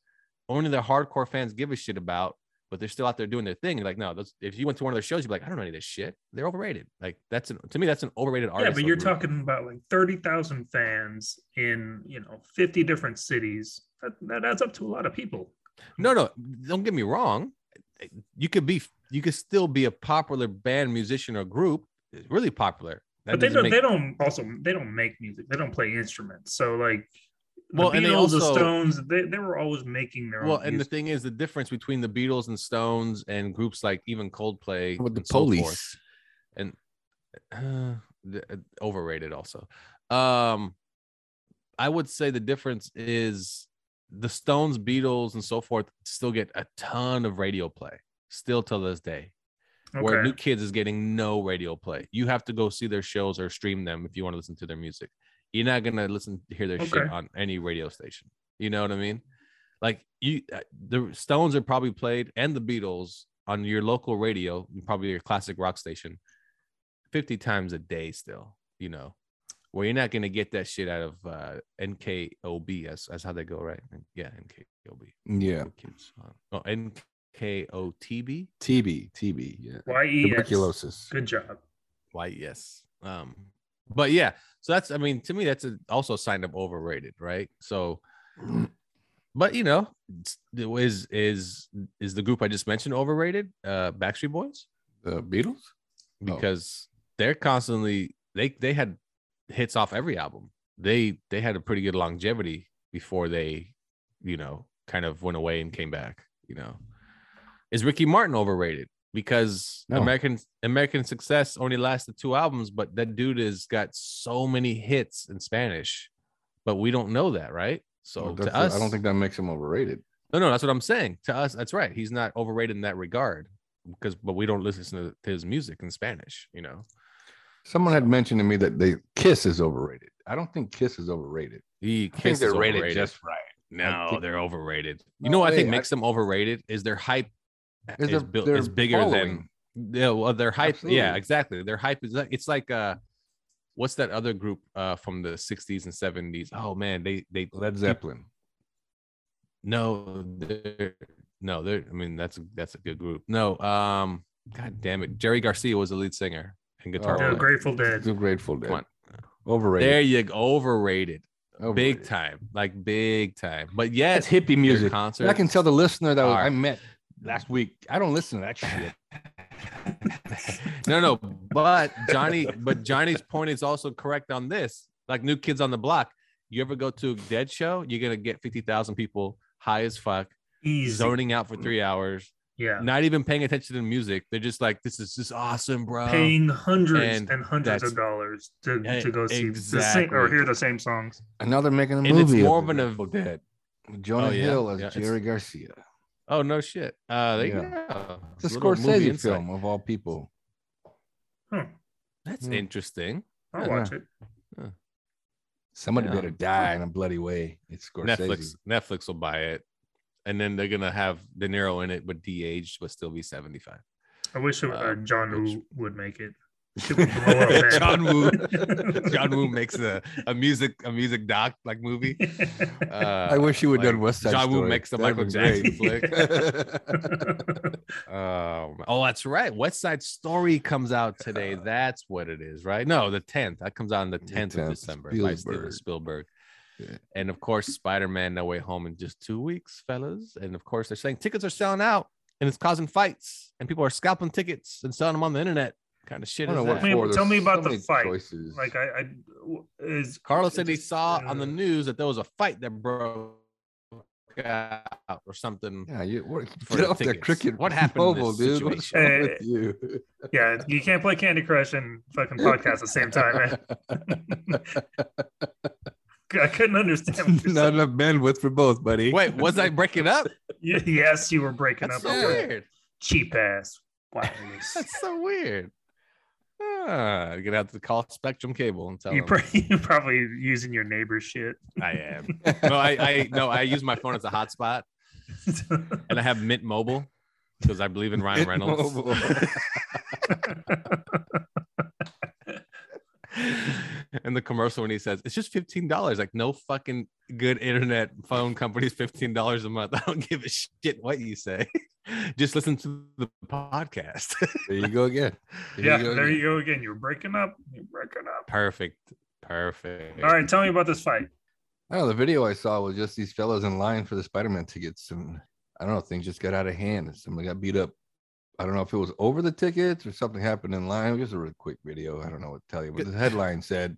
S3: only the hardcore fans give a shit about, but they're still out there doing their thing. You're like, no, those, if you went to one of their shows, you'd be like, I don't know any of this shit. They're overrated. Like that's an, to me, that's an overrated artist.
S4: Yeah, but
S3: or
S4: you're
S3: group.
S4: talking about like 30,000 fans in, you know, 50 different cities. That, that adds up to a lot of people.
S3: No, no, don't get me wrong. You could be, you could still be a popular band, musician, or group, really popular. That
S4: but they
S3: doesn't
S4: don't
S3: make-
S4: they don't also they don't make music. They don't play instruments. So like the
S3: Well,
S4: Beatles,
S3: and they
S4: the
S3: also-
S4: Stones, they, they were always making their
S3: Well,
S4: own
S3: and the
S4: music.
S3: thing is, the difference between the Beatles and Stones and groups like even Coldplay
S5: With the
S3: and so forth,
S5: police.
S3: and uh, the- uh, overrated also. Um, I would say the difference is the Stones, Beatles, and so forth still get a ton of radio play still till this day. Where
S4: okay.
S3: New Kids is getting no radio play. You have to go see their shows or stream them if you want to listen to their music. You're not gonna listen hear their shit
S4: Okay.
S3: on any radio station. You know what I mean? Like you, uh, the Stones are probably played and the Beatles on your local radio, probably your classic rock station, fifty times a day still. You know, where you're not gonna get that shit out of uh, NKOB. That's that's how they go, right? Yeah, NKOB.
S5: Yeah,
S3: New Kids on- Oh, NKOTB.
S5: TB, TB. Yeah,
S4: YES.
S5: tuberculosis.
S4: E Good job.
S3: Why, yes. Um, but yeah, so that's I mean, to me, that's a, also a sign of overrated, right? So, but you know, it's- is is is the group I just mentioned overrated? Uh, Backstreet Boys
S5: The Beatles. Oh.
S3: because they're constantly they they had hits off every album. They they had a pretty good longevity before they, you know, kind of went away and came back. You know, is Ricky Martin overrated? Because
S5: No.
S3: American American success only lasted two albums, but that dude has got so many hits in Spanish, but we don't know that, right? So
S5: Well,
S3: Oh, to
S5: that's-
S3: us,
S5: I don't think that makes him overrated.
S3: no, no, that's what I'm saying. To us, that's right. He's not overrated in that regard because, but we don't listen to, to his music in Spanish, you know.
S5: Someone had mentioned to me that they E Kiss is overrated. I don't think Kiss is overrated.
S3: He
S5: I think
S3: Kiss is
S5: they're rated
S3: overrated.
S5: just right.
S3: No,
S5: think-
S3: they're overrated.
S5: No
S3: You know, what I
S5: way,
S3: think
S5: I-
S3: makes them overrated is their hype
S5: Is
S3: is,
S5: their-
S3: built
S5: their
S3: is bigger
S5: following.
S3: than yeah, well, their hype. Yeah,
S5: Absolutely.
S3: exactly. Their hype is like- it's like uh, what's that other group uh from the '60s and '70s? Oh man, they they
S5: Led Zeppelin.
S3: no, they're, no, they're. I mean, that's that's a good group. No, um, god damn it, Jerry Garcia was the lead singer and
S5: Oh,
S3: guitar.
S4: The
S3: player.
S5: Alright.
S4: Grateful Dead.
S5: Too grateful
S3: Come on.
S5: Dead. Overrated.
S3: There you go, overrated,
S5: Overrated.
S3: big time, like big time. But yes,
S5: That's hippie music.
S3: concert-
S5: I can tell the listener that
S3: Alright.
S5: I met last week. I don't listen
S3: (laughs)
S5: to that shit.
S3: no, no, but Johnny, but Johnny's point is also correct on this. Like New Kids on the Block, you ever go to a dead show, you're gonna get fifty thousand people high as fuck,
S4: Easy.
S3: zoning out for three hours,
S4: Yeah.
S3: not even paying attention to the music. They're just like, "This is just awesome, bro."
S4: Paying hundreds
S3: and
S4: and, hundreds
S3: that's-
S4: of dollars to,
S3: Eh,
S4: to go see the same,
S3: exactly.
S4: or hear the same songs.
S5: And now they're making a
S3: And
S5: movie.
S3: it's more
S5: of
S3: of an
S5: The
S3: ev-
S5: Grateful Dead. with Jonah
S3: Oh, yeah.
S5: Hill as
S3: Yeah, it's-
S5: Jerry Garcia.
S3: Oh no, shit. Uh, there you
S5: Yeah.
S3: go.
S5: It's a
S3: Little movie
S5: Scorsese
S3: insight.
S5: film of all people.
S4: Hmm.
S3: That's
S5: Hmm.
S3: interesting.
S4: I'll
S3: Yeah.
S4: watch it.
S5: Somebody
S3: Yeah.
S5: better die in a bloody way. It's Scorsese.
S3: Netflix, Netflix will buy it, and then they're gonna have De Niro in it, but de-aged, but still be seventy-five.
S4: I wish uh,
S3: Uh,
S4: John
S3: which-
S4: Woo would make it.
S3: (laughs)
S4: Shit would blow up then.
S3: John Woo.
S5: (laughs)
S3: John Woo makes a, a music a music doc like movie. Uh,
S4: (laughs)
S5: I wish he would have
S3: like,
S5: done West Side
S3: John Woo
S5: Story.
S3: makes a
S5: That'd
S3: Michael
S5: been
S3: Jackson
S5: (laughs)
S3: flick. Um, oh, that's right. West Side Story comes out today. That's what it is, right? No, the tenth. That comes out on the
S5: The
S3: tenth of
S5: 10th,
S3: December by Steven
S5: Spielberg.
S3: Spielberg.
S5: Yeah.
S3: And of course, Spider Man No Way Home in just two weeks, fellas. And of course, they're saying tickets are selling out, and it's causing fights, and people are scalping tickets and selling them on the internet. Kind of
S5: I
S3: shit
S5: don't
S3: is
S5: know what
S3: that?
S4: Man,
S5: for.
S4: tell me
S5: There's
S4: about
S5: so
S4: the
S5: many
S4: fight.
S5: Choices.
S4: (laughs) like I, I is
S3: Carlos said he saw on the
S4: uh,
S3: news that there was a fight that broke out or something.
S5: yeah, you, what,
S3: for
S5: get
S3: the
S5: off that
S3: tickets.
S5: cricket.
S3: What happened in
S5: oval,
S3: this
S5: dude? What's
S4: situation?
S5: wrong
S4: Eh,
S5: with you?
S4: Yeah, you can't play Candy Crush and fucking podcast at the same time.
S5: (laughs)
S4: Man. (laughs) I couldn't
S3: (laughs)
S4: understand. What you're
S5: Not
S4: saying.
S5: enough bandwidth for both, buddy.
S3: Wait, was I breaking up?
S4: Y- Yes, you were breaking
S3: That's
S4: up.
S3: so
S4: over it.
S3: weird.
S4: Cheap ass. wireless.
S3: That's so weird. Ah, you're gonna have to call Spectrum Cable and tell
S4: (laughs) you
S3: them.
S4: pro- you're probably using your neighbor's shit. (laughs)
S3: I am.
S5: (laughs)
S3: No, I, I no, I use my phone as a hotspot, and I have Mint Mobile because I believe in Ryan Reynolds. and the commercial when he says it's just fifteen dollars, like no fucking good internet phone company's fifteen dollars a month. (laughs) I don't give a shit what you say. (laughs) Just listen to the podcast. (laughs)
S5: there you go again. There
S4: yeah,
S5: you go
S4: there
S5: again.
S4: you go again. You're breaking up. You're breaking up.
S3: Perfect. Perfect.
S4: All right, tell me about this fight.
S5: I don't know. Oh, The video I saw was just these fellas in line for the Spider Man tickets. And I don't know. Things just got out of hand. and Somebody got beat up. I don't know if it was over the tickets or something happened in line. It was a really quick video. I don't know what to tell you. But the headline said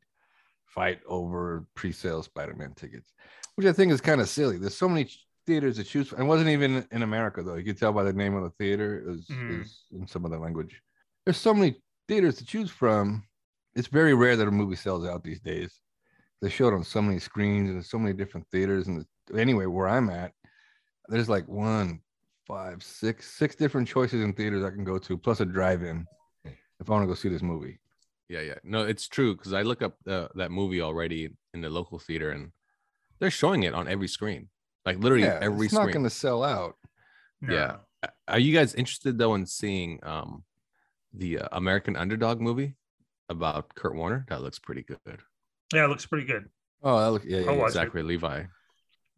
S5: fight over pre sale Spider Man tickets, which I think is kind of silly. There's so many ch- theaters to choose from. It wasn't even in America, though. You could tell by the name of the theater. It was,
S4: Mm.
S5: it was in some other language. There's so many theaters to choose from. It's very rare that a movie sells out these days they showed on so many screens and so many different theaters and anyway where i'm at there's like one five six six different choices in theaters i can go to plus a drive-in if i want to go see this movie
S3: Yeah, yeah. No, it's true because I look up uh, that movie already in the local theater, and they're showing it on every screen, like literally every
S5: it's
S3: screen.
S5: not going to sell out
S4: No.
S3: Yeah. Are you guys interested though in seeing um the uh, American Underdog movie about Kurt Warner? That looks pretty good.
S4: Yeah, it looks pretty good.
S5: oh that look, yeah, yeah,
S4: I'll
S5: yeah.
S4: watch it.
S3: Zachary Levi.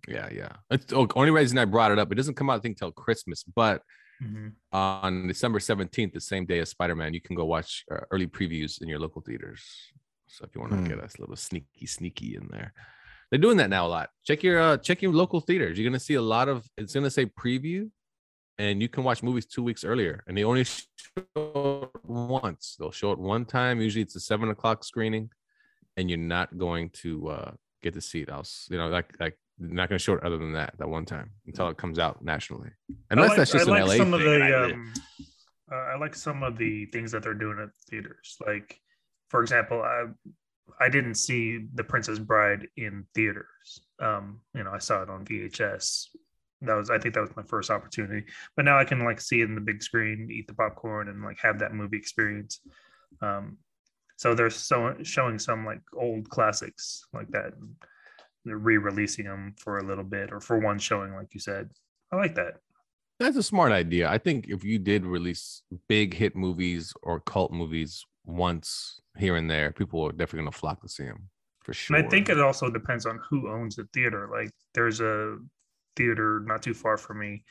S3: Yeah, yeah. It's, oh, only reason I brought it up, it doesn't come out I think till Christmas, but
S4: Mhm.
S3: on December seventeenth, the same day as Spider Man, you can go watch uh, early previews in your local theaters. So if you want to
S5: Hmm.
S3: get us a little sneaky, sneaky in there, they're doing that now a lot. Check your uh, check your local theaters. You're gonna see a lot of it's gonna say preview, and you can watch movies two weeks earlier. And they only show it once. They'll show it one time. Usually it's a seven o'clock screening, and you're not going to uh, get to see it else. You know, like like they're not gonna show it other than that that one time until it comes out nationally. Unless
S4: Hmm. I like,
S3: that's just
S4: I like
S3: an LA
S4: some of
S3: thing, and
S4: the
S3: I-
S4: um, uh, I like some of the things that they're doing at theaters. Like, for example, I I didn't see The Princess Bride in theaters. Um, you know, I saw it on VHS. That was I think that was my first opportunity. But now I can like see it in the big screen, eat the popcorn, and like have that movie experience. Um, so they're so showing some like old classics like that. re-releasing them for a little bit or for one showing, like you said. I like that.
S3: That's a smart idea. I think if you did release big hit movies or cult movies once here and there, people are definitely going to flock to see them for sure.
S4: And I think it also depends on who owns the theater. Like there's a theater not too far from me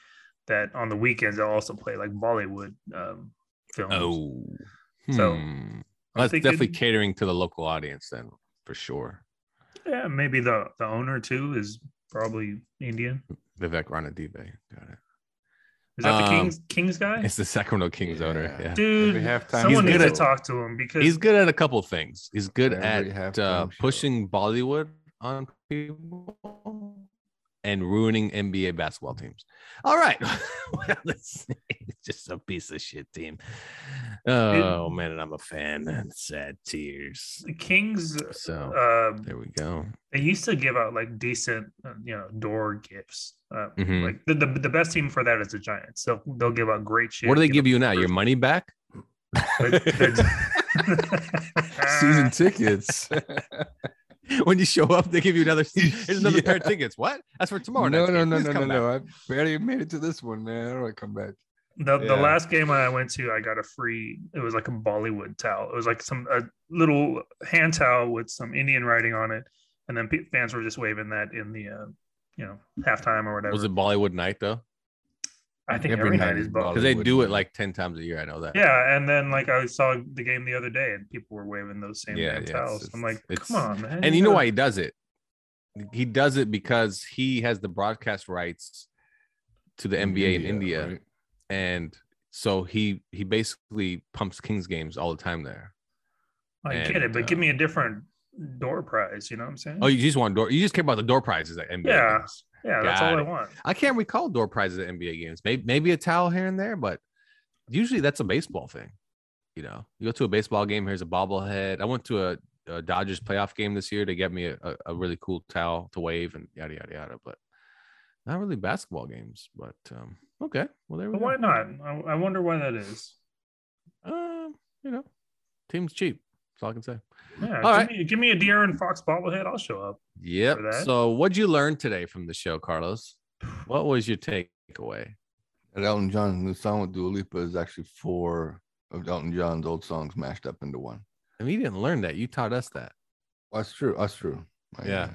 S4: that on the weekends they'll also play like Bollywood um, films.
S3: oh,
S4: So,
S3: hmm.
S4: I'm
S3: that's
S4: thinking-
S3: definitely catering to the local audience then for sure.
S4: Yeah, maybe the the owner too is probably Indian.
S3: Vivek Ranadive, got it.
S4: Is that the
S3: Um,
S4: Kings Kings guy?
S3: It's the Sacramento Kings owner. Yeah.
S4: Dude,
S5: Every halftime
S4: Someone
S3: He's
S4: needs
S3: good
S4: to
S3: at-
S4: talk to him because
S3: He's good at a couple things. He's good
S5: Every
S3: at
S5: halftime
S3: uh,
S5: show.
S3: pushing Bollywood on people and ruining NBA basketball teams. All right. (laughs) well, let's see. It's just a piece of shit team. Oh, man. And I'm a fan. And sad tears.
S4: the Kings.
S3: So
S4: Uh,
S3: there we go.
S4: they used to give out like decent, uh, you know, door gifts. Uh,
S3: Mhm.
S4: Like the, the the best team for that is the Giants. So they'll give out great shit.
S3: what do they give you now? Your
S4: first-
S3: money back? (laughs)
S5: Season (laughs) tickets.
S3: when you show up, they give you
S5: (laughs)
S3: another. Here's another
S5: Yeah.
S3: pair of tickets. What? That's for tomorrow.
S5: no,
S3: night's
S5: no,
S3: game.
S5: no,
S3: Please
S5: no, no,
S3: come
S5: no.
S3: back.
S5: I barely made it to this one, man. How do I come back?
S4: (laughs) The, the
S5: Yeah.
S4: last game I went to, I got a free. It was like a Bollywood towel. It was like some a little hand towel with some Indian writing on it, and then pe- fans were just waving that in the, uh, you know, halftime or whatever.
S3: Was it Bollywood night though?
S4: I think
S5: every
S4: every night
S5: night
S4: is
S5: in
S4: Bollywood.
S3: Because they
S5: Bollywood
S3: do it
S5: night.
S3: like ten times a year. I know that.
S4: Yeah, and then like I saw the game the other day, and people were waving those same
S3: Yeah,
S4: hand
S3: yeah, it's-
S4: towels. I'm like,
S3: it's-
S4: come on, man!
S3: and you know
S4: gotta-
S3: why he does it he does it because he has the broadcast rights to the nba in india
S5: right?
S3: and so he he basically pumps kings games all the time there
S4: I get
S3: and,
S4: it, but give
S3: uh,
S4: me a different door prize. You know what I'm saying?
S3: oh you just want door you just care about the door prizes at nba
S4: Yeah.
S3: games.
S4: yeah, that's all
S3: got
S4: I
S3: it.
S4: want.
S3: i can't recall door prizes at nba games maybe, maybe a towel here and there but usually that's a baseball thing you know you go to a baseball game here's a bobblehead i went to a, a dodgers playoff game this year they got me a, a, a really cool towel to wave and yada yada yada but not really basketball games but um okay well there we
S4: But
S3: go
S4: why not? I, I wonder why that is.
S3: um you know team's cheap that's all i can say
S4: Yeah,
S3: All
S4: give,
S3: right.
S4: me, give me a deer and fox bobblehead. I'll show up.
S3: yep
S4: that.
S3: so what'd you learn today from the show carlos what was your takeaway
S5: That Elton John's new song with Dua Lipa is actually four of Elton John's old songs mashed up into one.
S3: i mean you didn't learn that you taught us that
S5: Well, Oh, that's true. That's true. I-
S3: Yeah.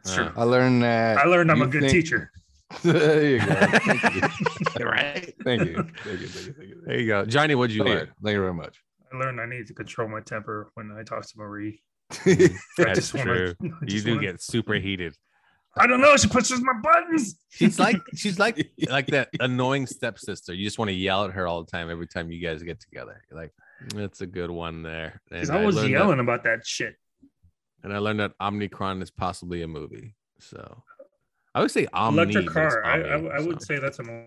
S4: It's true.
S5: I learned that.
S4: I learned I'm
S5: you
S4: a good
S5: think-
S4: teacher.
S5: (laughs) there you
S3: (laughs)
S5: go. Thank
S4: (laughs)
S5: you.
S3: right
S5: Thank you. Thank you. Thank you. Thank you.
S3: there you go johnny what'd you
S5: Thank you.
S3: learn
S5: Thank you very much. (laughs)
S4: I learned I need to control my temper when I talk to Marie. I
S3: That's
S4: just wanna-
S3: true.
S4: (laughs) I
S3: you
S4: just
S3: do
S4: wanna-
S3: get super heated
S4: I don't know. She pushes my buttons.
S3: She's like she's (laughs) like like that annoying stepsister. You just want to yell at her all the time every time you guys get together. You're like, that's a good one there.
S4: (laughs) She's
S3: I
S4: always
S3: learned that-
S4: yelling about that shit.
S3: and I learned that Omnicron is possibly a movie. So I would say Omni.
S4: Electric
S3: but it's
S4: car. I,
S3: Omni,
S4: I, I would
S3: so.
S4: say that's a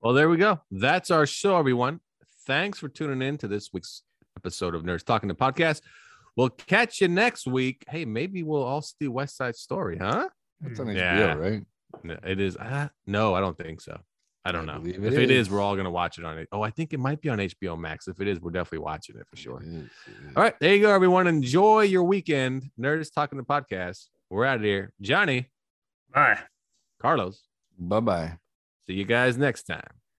S3: Well, there we go. That's our show, everyone. Thanks for tuning in to this week's episode of Nerds Talking to Podcast. We'll catch you next week. Hey, maybe we'll all see West Side Story, huh?
S5: That's
S4: Hmm.
S5: on HBO,
S3: Yeah.
S5: right?
S3: No, It is. Uh, no, I don't think so. I don't know.
S5: believe
S3: if
S5: it
S3: it is,
S5: is.
S3: we're all gonna watch it on it. Oh, I think it might be on HBO Max. If it is, we're definitely watching it for sure.
S5: It is, it is.
S3: All right, there you go, everyone. Enjoy your weekend. Nerd is talking the podcast. We're out of here. Johnny,
S4: Bye.
S3: Carlos.
S5: Bye bye.
S3: See you guys next time.